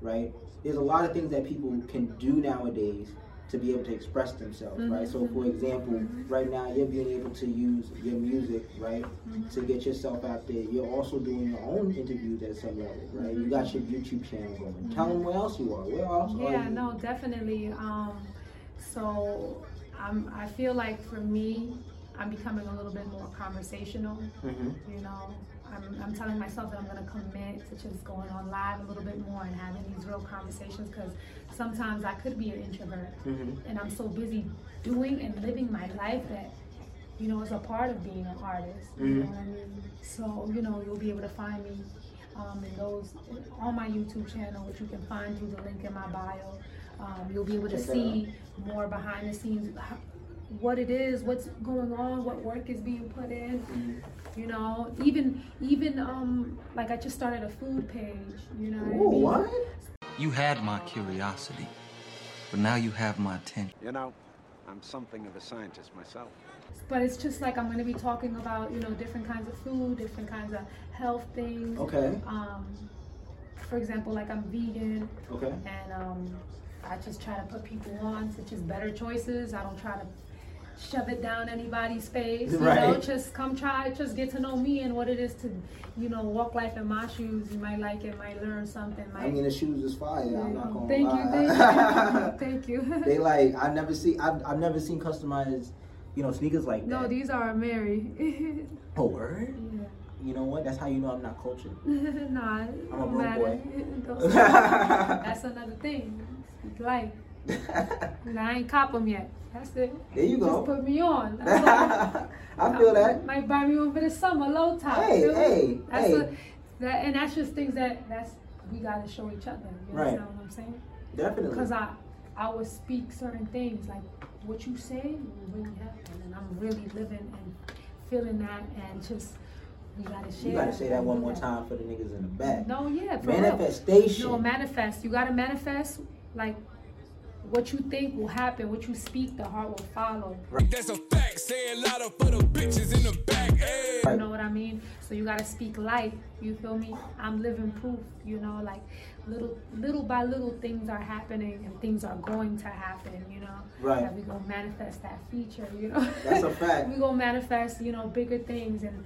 S6: right? There's a lot of things that people can do nowadays to be able to express themselves,
S1: Mm-hmm.
S6: right? So, for example, right now you're being able to use your music, right, to
S1: Mm-hmm.
S6: get yourself out there. You're also doing your own interviews at some level, right? You got your YouTube channel going. Tell them where else you are. Where else are
S1: Mm-hmm. Yeah,
S6: you?
S1: no, definitely. Um, so I'm, I feel like for me, I'm becoming a little bit more conversational.
S6: Mhm.
S1: You know, I'm, I'm telling myself that I'm going to commit to just going on live a little bit more and having these real conversations because sometimes I could be an introvert
S6: Mhm.
S13: Mm-hmm.
S1: and I'm so busy doing and living my life that, you know, it's a part of being an artist. You know
S13: Mm-hmm.
S6: Mhm.
S1: what I mean? So, you know, you'll be able to find me um, in those on my YouTube channel, which you can find through the link in my bio. Um, you'll be able to
S13: Check that
S1: see more behind the scenes, how, what it is, what's going on, what work is being put in. You know, even even um, like I just started a food page. You know what I mean?
S14: You had my curiosity, but now you have my attention.
S15: You know, I'm something of a scientist myself.
S1: But it's just like I'm going to be talking about, you know, different kinds of food, different kinds of health things.
S6: Okay.
S1: Um, for example, like I'm vegan.
S6: Okay.
S1: And um, I just try to put people on to just better choices. I don't try to shove it down anybody's face. You know,
S13: Right.
S1: just come try, just get to know me and what it is to, you know, walk life in my shoes. You might like it, might learn something. Might,
S6: I mean, the shoes is fire. I'm not gonna
S1: Thank you,
S6: lie.
S1: thank you, thank you.
S6: they like I never see I've, I've never seen customized, you know, sneakers like that.
S1: No, these are Mary.
S6: Oh word?
S1: yeah.
S6: You know what? That's how you know I'm not cultured.
S1: nah, it
S6: I'm a
S1: don't
S6: broke
S1: matter.
S6: boy.
S1: Don't- That's another thing. Speak life. and I ain't cop 'em yet. That's it.
S6: There you
S1: Just
S6: go.
S1: put me on.
S6: I feel that.
S1: Might buy me one for the summer, low top.
S6: Hey,
S1: feel me?
S6: hey,
S1: that's
S6: hey.
S1: what- that, and that's just things that that's we gotta show each other. You
S6: Right.
S1: understand what I'm saying?
S6: Definitely.
S1: Because I I would speak certain things like what you say will really happen, and I'm really living and feeling that, and just we gotta share.
S6: You gotta say that one
S1: Do
S6: more time for the niggas in the back.
S1: no, yeah, for
S6: Manifestation.
S1: Real. No, manifest. You gotta manifest like what you think will happen, what you speak, the heart will follow.
S12: That's a fact. Say a lot of for the bitches in the back. eh? Hey.
S1: You know what I mean? So you gotta speak life. You feel me? I'm living proof. You know, like little little by little things are happening and things are going to happen. You know,
S6: Right.
S1: That we gonna manifest that feature. You know,
S6: That's a fact.
S1: we gonna manifest. You know, bigger things and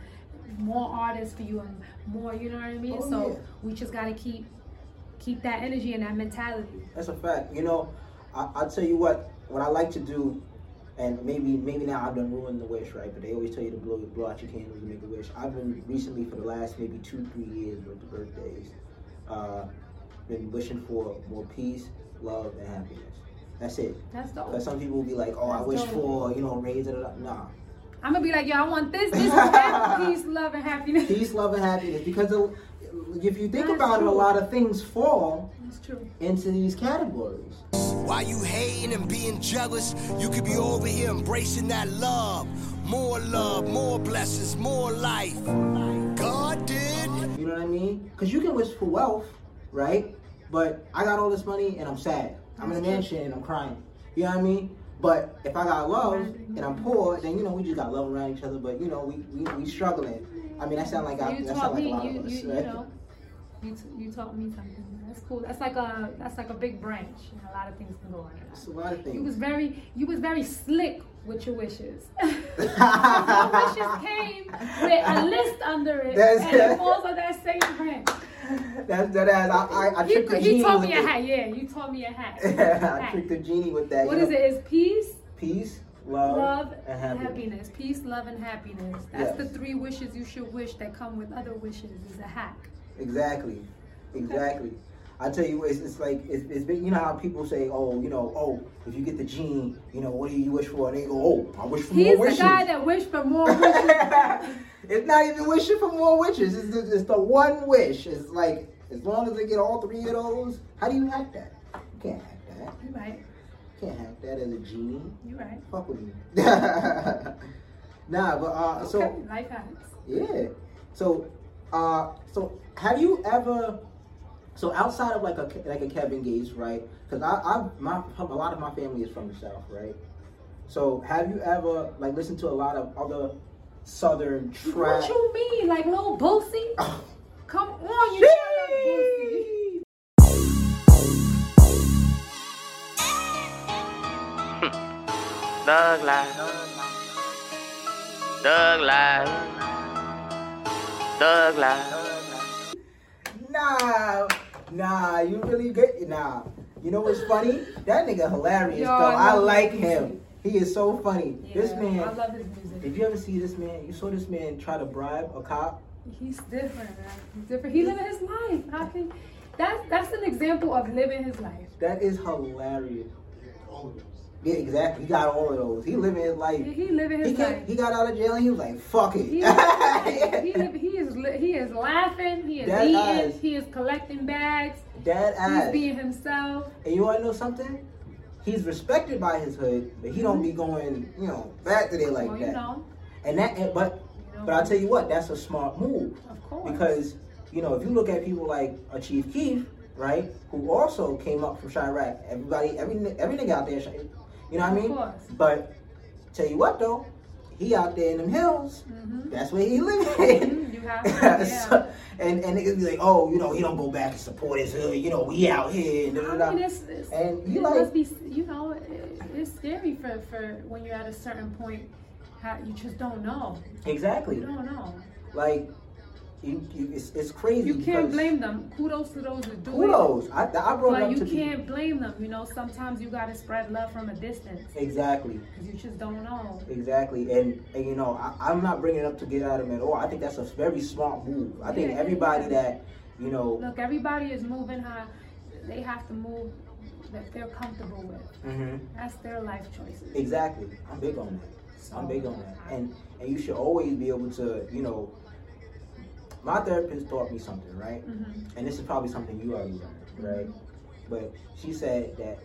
S1: more artists for you and more. You know what I mean?
S6: Oh,
S1: so
S6: yeah.
S1: we just gotta keep keep that energy and that mentality.
S6: That's a fact. You know, I, I'll tell you what. What I like to do, and maybe maybe now I've done ruined the wish, right? But they always tell you to blow blow out your candles and make a wish. I've been recently for the last maybe two three years with the birthdays, uh, been wishing for more peace, love, and happiness. That's it.
S1: That's dope.
S6: Because some people will be like, oh, I
S1: That's
S6: wish
S1: dope.
S6: for you know raise it up. Nah,
S1: I'm gonna be like, yo, I want this, this, and that. Peace, love, and happiness.
S6: peace, love, and happiness. Because the- if you think
S1: That's
S6: about it, a
S1: true.
S6: lot of things fall
S1: That's true.
S6: into these categories.
S16: While you hating and being jealous, you could be over here embracing that love. More love, more blessings, more life. God did.
S6: You know what I mean? Because you can wish for wealth, right? But I got all this money and I'm sad. I'm in a mansion and I'm crying. You know what I mean? But if I got love and I'm poor, then you know we just got love around each other. But you know we we, we struggling. I mean that sound like I,
S1: you
S6: that
S1: taught
S6: sound like a
S1: me,
S6: lot
S1: you,
S6: of us,
S1: you, you
S6: right?
S1: know, you, t- you taught me something. That's cool. That's like a that's like a big branch, and a lot of things can go on. It's
S6: a lot of
S1: You was
S6: things.
S1: very you was very slick with your wishes. your wishes came with a list under it,
S6: That's-
S1: and it falls on that same branch.
S6: That's that ass. I I, I
S1: he,
S6: tricked the
S1: he
S6: genie
S1: taught
S6: with
S1: me a
S6: it.
S1: hat. Yeah, you taught me a hat.
S6: I tricked the genie with that.
S1: What
S6: you
S1: is
S6: know?
S1: it? It's peace,
S6: Peace, love,
S1: love,
S6: and happiness.
S1: Peace, love, and happiness. That's
S6: Yes.
S1: the three wishes you should wish that come with other wishes. Is a hack.
S6: Exactly, exactly. I tell you, what, it's, it's like it's, it's been. You know how people say, "Oh, you know, oh, if you get the gene, you know, what do you wish for?" And they go, "Oh, I wish for
S1: He's
S6: more
S1: the
S6: wishes."
S1: guy that wished for more wishes.
S6: it's not even wishing for more wishes. It's, it's, it's the one wish. It's like as long as they get all three of those, how do you hack that? You can't hack that.
S1: You right.
S6: You can't hack that as a genie.
S1: You right.
S6: Fuck with me. nah, but uh, so
S1: okay, life hacks.
S6: yeah. So, uh, so have you ever? So outside of like a like a Kevin Gates, right? Because I, I my a lot of my family is from the South, right? So have you ever like listened to a lot of other Southern trap?
S1: What you mean, like little Boosie? Come on, you trying to Boosie?
S13: Thug life. Thug life. Thug life.
S6: Nah, nah, you really good. Nah, you know what's funny? That nigga hilarious
S1: Yo,
S6: though.
S1: I
S6: I,
S1: love
S6: like
S1: his
S6: him. He is so funny. this
S1: Yeah,
S6: man.
S1: I love his music.
S6: Did you ever see this man? You saw this man try to bribe a cop.
S1: He's different, man. He's different. He living his life. How can that's that's an example of living his life.
S6: That is hilarious. Yeah, exactly. He got all of those. He living his life.
S1: He living his
S6: He,
S1: life.
S6: came, he got out of jail and he was like, fuck it.
S1: He, is- he, live- he is li- he is laughing. He is
S6: Dead
S1: eating.
S6: eyes.
S1: He is collecting bags.
S6: Dead
S1: He's
S6: ass.
S1: being himself.
S6: And you want to know something? He's respected by his hood, but he don't be going, you know, back to there like
S1: well,
S6: that.
S1: you know,
S6: And that, and- but, but I'll tell you what, that's a smart move
S1: of course.
S6: because you know if you look at people like a Chief Keef, right, who also came up from Chirac. Everybody, every every nigga out there, you know what I
S1: Of
S6: mean?
S1: course.
S6: But tell you what though, he out there in them hills.
S1: Mhm.
S6: That's where he living.
S1: Mm-hmm. you have to, yeah.
S6: So- and and niggas be like, oh, you know, he don't go back and support his hood. You know, we out here. And, da, da, da.
S1: I mean, it's, it's,
S6: and
S1: it
S6: you like,
S1: must be, you know, it, it's scary for, for when you're at a certain point, how you just don't know.
S6: Exactly.
S1: You don't know.
S6: like, you, you, it's, it's crazy.
S1: You can't
S6: because-
S1: blame them. Kudos to those who do
S6: Kudos.
S1: it.
S6: I- I brought
S1: But
S6: it up
S1: you
S6: to people.
S1: can't blame them. You know, sometimes you gotta spread love from a distance.
S6: Exactly.
S1: 'Cause you just don't know.
S6: Exactly, and, and you know, I, I'm not bringing it up to get out of him at all. I think that's a very smart move. I think
S1: Yeah,
S6: everybody
S1: yeah.
S6: that, you know,
S1: Look, everybody is moving how they have to move that they're comfortable with.
S6: Mhm.
S1: That's their life choices.
S6: exactly. I'm big on that. I'm big on that, and and you should always be able to, you know. My therapist taught me something, right?
S1: Mhm.
S6: And this is probably something you already know, right? But she said that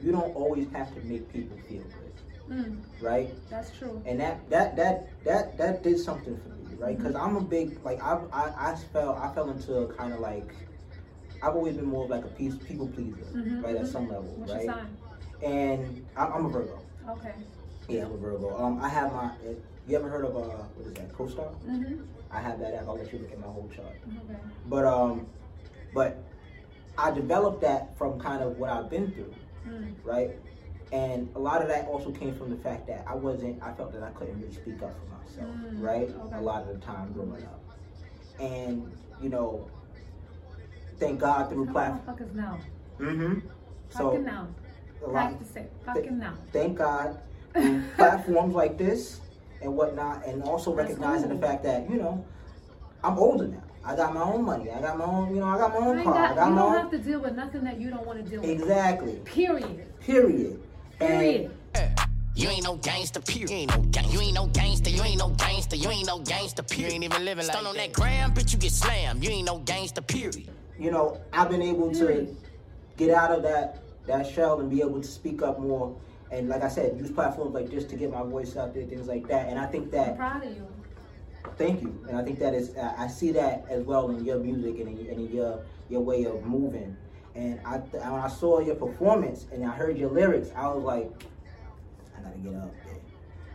S6: you don't always have to make people feel good,
S1: Mm,
S6: right?
S1: that's true.
S6: and that that that that that did something for me right
S1: Mm-hmm.
S6: because i'm a big like i i, I fell i fell into a kind of like i've always been more of like a peace, people pleaser
S1: Mhm,
S6: right at
S1: mhm.
S6: some level
S1: What's
S6: right
S1: your sign?
S6: and I, i'm a virgo
S1: Okay.
S6: yeah i'm a virgo um i have my you ever heard of uh what is that co-star
S1: Mm-hmm.
S6: i have that app i'll let you look at my whole chart
S1: Okay.
S6: but um but i developed that from kind of what i've been through
S1: Mm.
S6: right? And a lot of that also came from the fact that I wasn't, I felt that I couldn't really speak up for myself,
S1: Mm,
S6: right?
S1: okay.
S6: A lot of the time growing up. And, you know, thank God through
S1: How
S6: platform.
S1: motherfuckers now?
S6: Mm-hmm.
S1: Fucking
S6: So,
S1: now.
S6: a lot-
S1: Practice it. Fucking now.
S6: thank God through platforms like this and whatnot, and also recognizing the fact that, you know, I'm older now. I got my own money. I got my own, you know, I got my
S1: You,
S6: own
S1: ain't
S6: car. I
S1: got,
S6: got
S1: you
S6: my
S1: don't
S6: own.
S1: have to deal with nothing that you don't want to deal with.
S6: Exactly.
S1: Period.
S6: Period.
S1: Period.
S17: You ain't no gangster, period. You ain't no gang. You ain't no gangster. You ain't no gangster. You ain't no gangster, period. You ain't even living like Stun on that gram, bitch. You get slammed. You ain't no gangster, period.
S6: you know, I've been able to get out of that that shell and be able to speak up more. And like I said, use platforms like this to get my voice out there, things like that. And I think
S1: I'm
S6: that,
S1: proud of you.
S6: thank you. And I think that is, I I see that as well in your music and in, and in your your way of moving. And I, th- when I saw your performance and I heard your lyrics, I was like, I gotta get up there.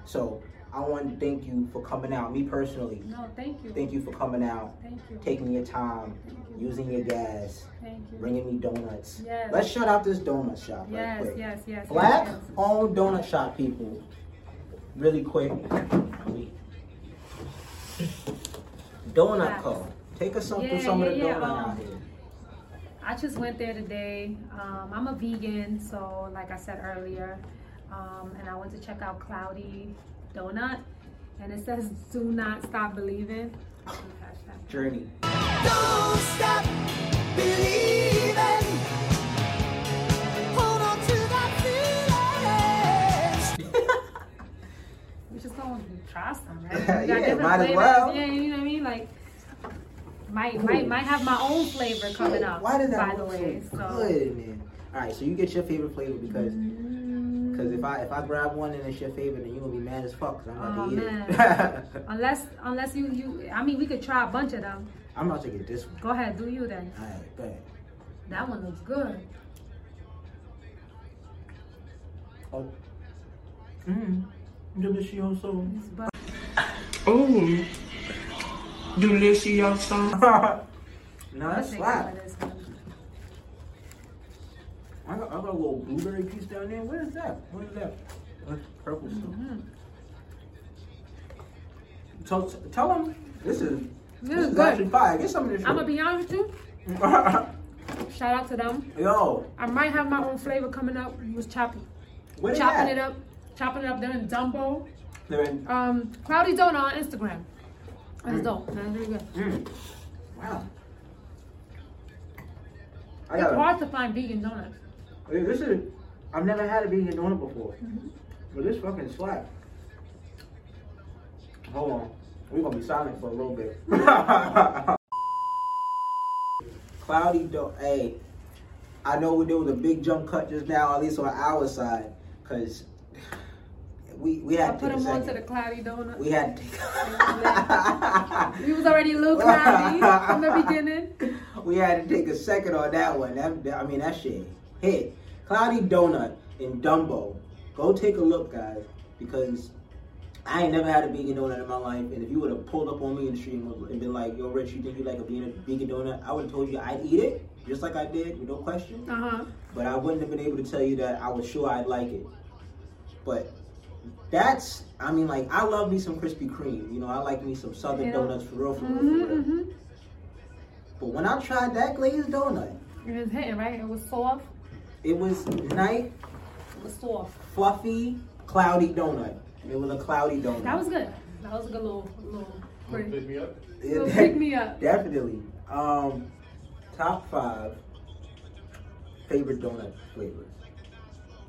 S6: So I wanted to thank you for coming out. Me personally,
S1: No, thank you.
S6: thank you for coming out,
S1: Thank you.
S6: taking your time, using your gas,
S1: Thank you.
S6: bringing me donuts.
S1: Yes.
S6: Let's shut out this donut shop
S1: Yes,
S6: right quick.
S1: yes, yes,
S6: Black
S1: yes,
S6: owned donut shop people. Really quick. Donut
S1: Facts.
S6: Co. Take us up
S1: Yeah,
S6: through some of the
S1: yeah, yeah,
S6: donut
S1: um,
S6: out here.
S1: I just went there today. Um, I'm a vegan, so like I said earlier, um, and I went to check out Cloudy Donut, and it says "Do not stop believing."
S6: Journey.
S10: Don't stop believing. Hold on to that feeling.
S1: We just gonna try some, right? We got
S6: Yeah,
S1: different
S6: might as
S1: flavors.
S6: well.
S1: Yeah, you know what I mean. Like, might
S6: Cool.
S1: might might have my own flavor coming up.
S6: Why does that
S1: by the
S6: look
S1: way?
S6: so
S1: so
S6: good, man? All right, so you get your favorite flavor because because if I if I grab one and it's your favorite, then you gonna be mad as fuck. 'cause I'm about
S1: Oh,
S6: to eat
S1: man.
S6: it.
S1: unless unless you you, I mean, we could try a bunch of them.
S6: I'm about to get this one.
S1: Go ahead, do you then.
S6: All right, go ahead.
S1: That one looks good.
S6: Oh. Mm. Delicioso.
S10: Ooh, delicioso.
S6: No, that's
S10: I'll take
S6: slap.
S10: some of
S6: I got, I got a little blueberry piece down there. What is that? What is that? Purple.
S1: Mm-hmm.
S6: So t- tell them this is
S1: This is
S6: actually
S1: good.
S6: fire. Get some of this.
S1: I'm gonna be honest with you. Shout out to them.
S6: Yo,
S1: I might have my own flavor coming up. It was choppy.
S6: Where they
S1: chopping
S6: at?
S1: it up. Chopping it up. They're in Dumbo.
S6: they're in.
S1: Um, Cloudy Donut on Instagram. That's
S6: Mm.
S1: dope. That's really good.
S6: Mm. Wow. I
S1: It's
S6: got
S1: hard to find vegan donuts.
S6: Hey, This is. I've never had a vegan donut before, but this fucking slap. Hold on, we're gonna be silent for a little bit. Cloudy dough. Hey, I know there was a big jump cut just now, at least on our side, cause we we
S1: I
S6: had to
S1: put
S6: take a
S1: them on
S6: second.
S1: to the Cloudy Donut.
S6: We had
S1: We was already a little cloudy from the beginning.
S6: we had to take a second on that one. That, that- I mean, that shit hit. Cloudy Donut in Dumbo. Go take a look, guys, because I ain't never had a vegan donut in my life. And if you would have pulled up on me in the street and was- and been like, "Yo, Rich, you think you like a vegan vegan donut?" I would have told you I'd eat it, just like I did, with no question.
S1: Uh huh.
S6: But I wouldn't have been able to tell you that I was sure I'd like it. But that's, I mean, like, I love me some Krispy Kreme. You know, I like me some Southern
S1: Yeah.
S6: donuts for real, for real, for
S1: Mhm.
S6: real.
S1: Mhm.
S6: But when I tried that glazed donut,
S1: It was hitting right. It was soft.
S6: it was night,
S1: It was soft.
S6: fluffy, cloudy donut. It was a cloudy donut.
S1: That was good. That was a good little little.
S2: Pick me up.
S1: Little pick me up.
S6: Definitely. Um, top five favorite donut flavors.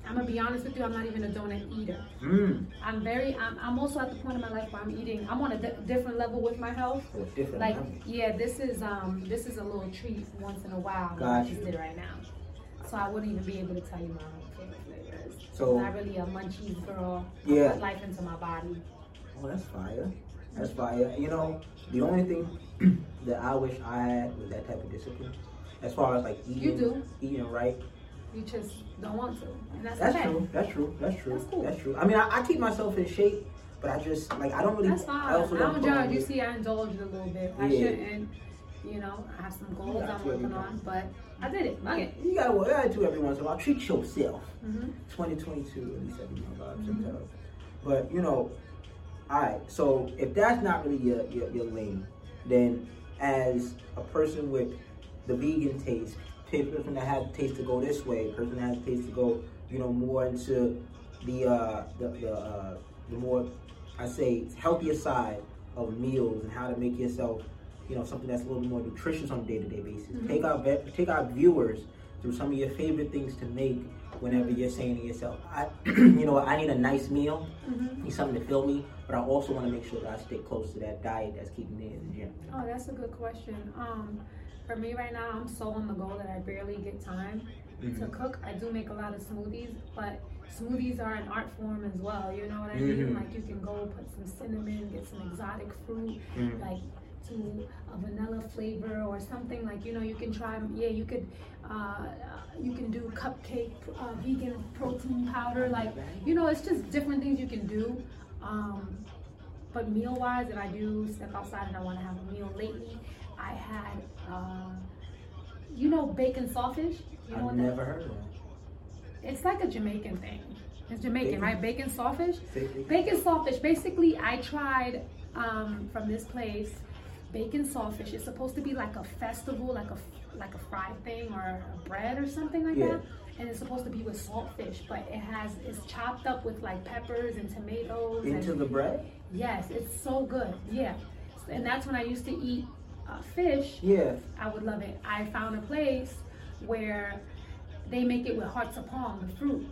S1: I'm gonna be honest with you. I'm not even a donut eater.
S6: Mmm.
S1: I'm very. I'm, I'm also at the point in my life where I'm eating. I'm on a di- different level with my health.
S6: Oh, different
S1: Like
S6: level.
S1: yeah, this is um this is a little treat once in a while.
S6: Got
S1: I just
S6: you.
S1: did right now. So I wouldn't even be able to tell you my own favorite flavors.
S6: So-
S1: I'm not really a munchies girl. I
S6: Yeah.
S1: put life into my body.
S6: Oh, that's fire. That's fire. You know, the only thing that I wish I had was that type of discipline. As far as like eating,
S1: do.
S6: eating right.
S1: You just don't want to, and that's,
S6: That's
S1: okay.
S6: true. That's true. That's true.
S1: That's cool.
S6: true. I mean, I, I keep myself in shape, but I just like I don't really.
S1: That's fine. I,
S6: also
S1: don't
S6: put on
S1: judge. You
S6: weight.
S1: see, I indulged a little bit. I
S6: Yeah.
S1: shouldn't. You know, I have some goals
S6: Yeah,
S1: I'm
S6: that's what
S1: working
S6: we
S1: on, but I did it. Fuck it.
S6: You gotta, you gotta do every once in a while. Treat yourself.
S1: Mhm.
S6: 2022, at least every month, I'll check
S1: Mhm.
S6: that out. But you know, all right. So if that's not really your, your your lane, then as a person with the vegan taste, pe- person that has taste to go this way, person that has taste to go, you know, more into the uh, the the, uh, the more I say healthier side of meals and how to make yourself, you know, something that's a little more nutritious on a day to day basis.
S1: Mhm.
S6: Take our ve- take our viewers through some of your favorite things to make whenever you're saying to yourself, I, you know, I need a nice meal,
S1: Mhm.
S6: need something to fill me, but I also want to make sure that I stay close to that diet that's keeping me in the gym.
S1: Oh, that's a good question. Um, for me right now, I'm so on the go that I barely get time to
S6: Mhm.
S1: cook. I do make a lot of smoothies, but smoothies are an art form as well. You know what I mean?
S6: Mhm.
S1: Like you can go put some cinnamon, get some exotic fruit,
S6: Mhm.
S1: like to a vanilla flavor or something. Like you know, you can try. Yeah, you could. Uh, you can do cupcake, uh, vegan protein powder. Like you know, it's just different things you can do. Um, but meal wise, if I do step outside and I want to have a meal lately, I had, uh, you know, bacon sausage. You know
S6: I've
S1: what that-
S6: never heard of that.
S1: It's like a Jamaican thing. It's Jamaican,
S6: Bacon?
S1: right? Bacon sausage.
S6: Bacon?
S1: Bacon sausage. Basically, I tried um, from this place bacon sausage. It's supposed to be like a festival, like a like a fried thing or a bread or something like
S6: Yeah.
S1: that. And it's supposed to be with saltfish, but it has it's chopped up with like peppers and tomatoes and
S6: Into the bread?
S1: Yes, it's so good. Yeah. And that's when I used to eat uh, fish.
S6: Yeah.
S1: I would love it. I found a place where they make it with hearts of palm, the fruit.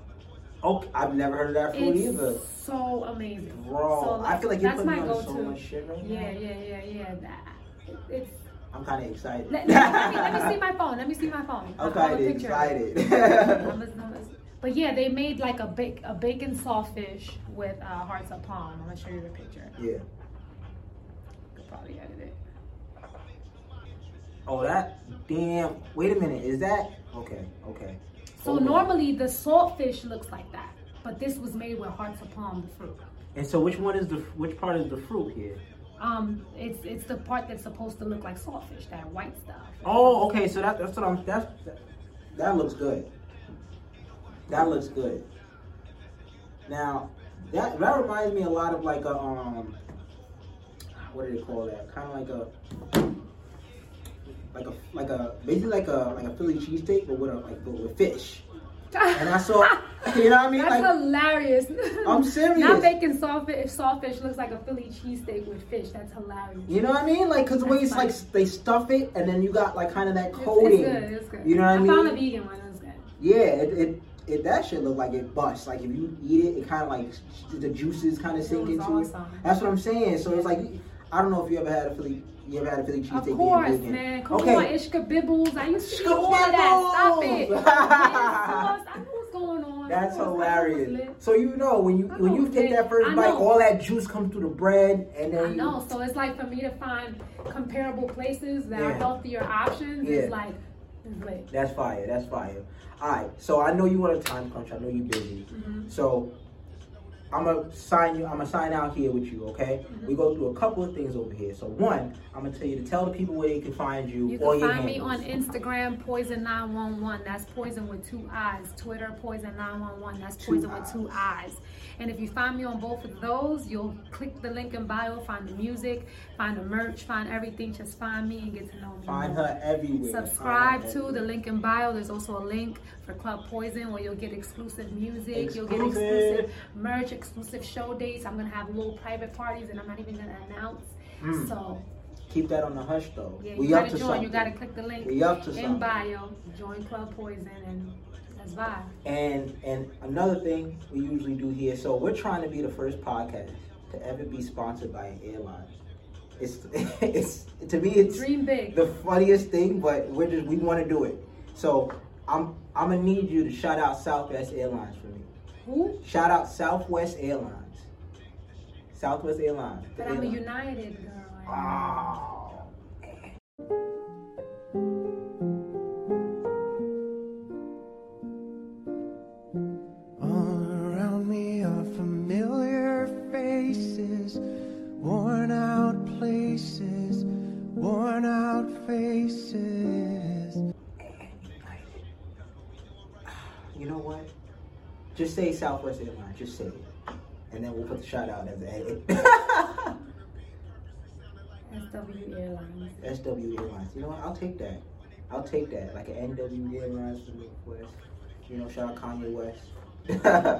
S6: Oh, I've never heard of that food
S1: It's
S6: either.
S1: so amazing.
S6: Bro,
S1: so,
S6: I feel like you're
S1: that's
S6: putting
S1: my
S6: me on so
S1: go-to.
S6: much shit right
S1: yeah,
S6: now.
S1: yeah, yeah, yeah. That, it's,
S6: I'm kind of excited.
S1: let, let, me, let me see my phone. Let me see my phone.
S6: I'm
S1: I'll- I'll
S6: kinda
S1: picture it.
S6: excited.
S1: I'm just- I'm just- but yeah, they made like a bake a bacon sawfish with uh, hearts of palm. I'm gonna show you the picture.
S6: yeah.
S1: Could probably edit it.
S6: Oh, that. Damn. Wait a minute. Is that okay? Okay.
S1: So
S6: Hold on.
S1: normally the saltfish looks like that, but this was made with hearts of palm fruit.
S6: And so, which one is the which part is the fruit here?
S1: Um, it's it's the part that's supposed to look like saltfish, that white stuff.
S6: Oh, okay. So that, that's what I'm. That's that, that looks good. That looks good. Now, that that reminds me a lot of like a um, what do they call that? Kind of like a like a like a basically like a like a Philly cheesesteak, but with a like but with fish. And I saw, you know what I mean?
S1: That's
S6: like,
S1: hilarious.
S6: I'm serious.
S1: Not making sawfish if sawfish looks like a Philly cheesesteak with fish. That's hilarious.
S6: You know what I mean? Like, cause the way it's
S1: That's
S6: like they stuff it, and then you got like kind of that
S1: funny.
S6: coating.
S1: It's good. It's good.
S6: You know what I mean?
S1: found a vegan one. It was good.
S6: Yeah, it, it, it that shit look like it busts. Like if you eat it, it kind of like s- the juices kind of sink
S1: was
S6: into
S1: awesome.
S6: it. That's what I'm saying. So it's like I don't know if you ever had a Philly, you ever had a Philly cheesesteak.
S1: Of
S6: being
S1: course,
S6: vegan.
S1: man. Come
S6: okay.
S1: on, Ishka Bibbles. I used to eat all that. Stop it.
S6: Ishka Bibbles.
S1: Yes, of course. I know what's going on.
S6: That's
S1: Of course,
S6: hilarious. So you know when you when you take that first
S1: I
S6: bite,
S1: know.
S6: all that juice comes through the bread, and
S1: I
S6: then you-
S1: know. So it's like for me to find comparable places that are
S6: Yeah.
S1: healthier options
S6: Yeah.
S1: is like is lit.
S6: That's fire. That's fire. All right. So I know you on a time crunch. I know you busy.
S1: Mhm.
S6: So I'm gonna sign you. I'm gonna sign out here with you. Okay.
S1: Mm-hmm.
S6: We go through a couple of things over here. So one, I'm gonna tell you to tell the people where they can find you.
S1: You
S6: all
S1: can
S6: your
S1: find me
S6: handles.
S1: on Instagram, Poison911. That's Poison with two eyes. Twitter, Poison911. That's
S6: Two
S1: Poison
S6: eyes.
S1: with two eyes. And if you find me on both of those, you'll click the link in bio, find the music, find the merch, find everything. Just find me and get to know me.
S6: Find
S1: more.
S6: her everywhere.
S1: Subscribe
S6: Find her
S1: to the link in bio. There's also a link for Club Poison where you'll get exclusive music, you'll get
S6: Exclusive.
S1: exclusive merch, exclusive show dates. I'm gonna have little private parties, and I'm not even gonna announce.
S6: Mm.
S1: So
S6: Keep that on the hush though.
S1: yeah,
S6: we
S1: you
S6: up
S1: gotta
S6: to
S1: join.
S6: something.
S1: You gotta click the link
S6: We up to
S1: in
S6: something.
S1: bio. Join Club Poison and let's vibe.
S6: And and another thing we usually do here, so we're trying to be the first podcast to ever be sponsored by an airline. It's it's to me it's
S1: Dream big.
S6: the funniest thing, but we're just we want to do it. So I'm I'm gonna need you to shout out Southwest Airlines for me.
S1: Who?
S6: Shout out Southwest Airlines. Southwest Airlines. the
S1: But I'm a
S6: airline.
S1: United girl.
S6: Ah.
S12: All around me are familiar faces, worn out places, worn out faces.
S6: You know what? Just say Southwest Airlines. Just say it, and then we'll put the shout out as an edit.
S1: SW Airlines.
S6: SW Airlines. You know what? I'll take that. I'll take that. Like an NW Airlines from Northwest. You know, shout out Kanye West. uh,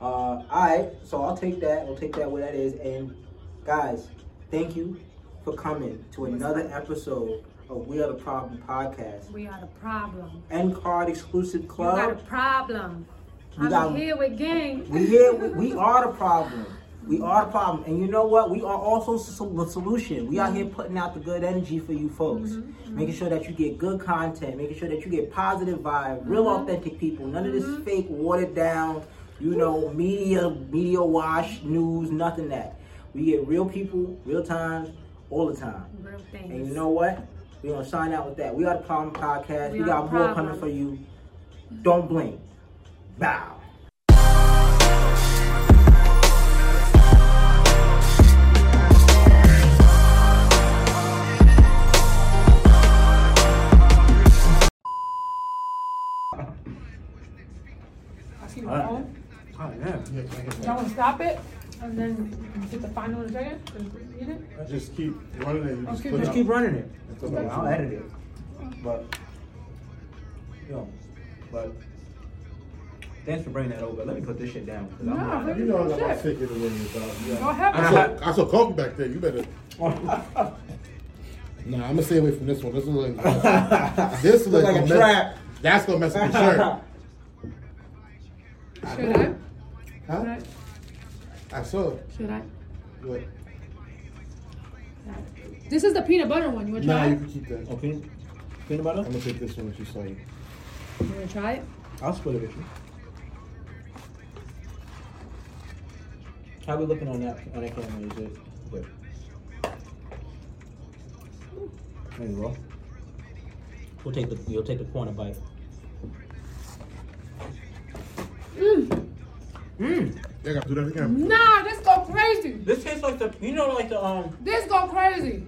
S6: all right, so I'll take that. We'll take that where that is. And guys, thank you for coming to another episode of We Are the Problem podcast.
S1: We are the problem.
S6: End Card Exclusive
S1: You got
S6: Club.
S1: a problem.
S6: We
S1: I'm
S6: got-
S1: here with gang.
S6: We here. We, we are the problem. We are the problem. And you know what? We are also so- the solution. We are here putting out the good energy for you folks,
S1: Mm-hmm,
S6: making sure that you get good content, making sure that you get positive vibe, real
S1: Mm-hmm.
S6: authentic people. None of this fake, watered down, you know, media, media wash news, nothing that. We get real people, real times, all the time.
S1: Real things.
S6: And you know what? We're gonna sign out with that. We are the problem podcast. We,
S1: We Are
S6: got
S1: The
S6: more
S1: Problem.
S6: coming for you. Don't blink. Bow.
S1: I see
S13: All
S1: my
S13: right.
S1: phone.
S13: Oh, yeah.
S1: Y'all want to stop it and then get the final in a second and eat it?
S13: Just keep running it. and
S1: Okay.
S13: put
S1: Just
S13: out-
S1: keep
S6: running it.
S13: and put out-
S6: I'll edit it. But yo, but thanks for bringing that over. Let me put this shit down. 'cause I'm
S1: Nah,
S6: not-
S1: baby,
S2: You know I'm
S1: Shit.
S2: gonna take it away, dog. Yeah.
S1: Go ahead,
S2: I
S1: man.
S2: saw, I saw Kobe back there. You better. nah, I'm gonna stay away from this one. This one, like, this
S6: Look
S2: look
S6: like
S2: gonna
S6: a
S2: mess-
S6: trap.
S2: That's gonna mess up your shirt.
S1: Should I?
S2: Huh? I saw. it.
S1: Should I?
S2: What?
S1: This is the peanut butter one. You want to
S2: Nah,
S1: try
S2: you
S1: it?
S2: can keep
S6: Oh,
S2: that. Okay.
S6: Peanut butter.
S2: I'm gonna take this one. What you saw.
S1: You want to try it?
S6: I'll split it with you. How we looking on that on that camera? Is it good? There you go. We'll take the you'll take the corner bite.
S1: Mm.
S6: Mmm.
S2: They gotta do that again.
S1: Nah, this go crazy.
S6: This tastes like the you know like the um
S1: This go crazy.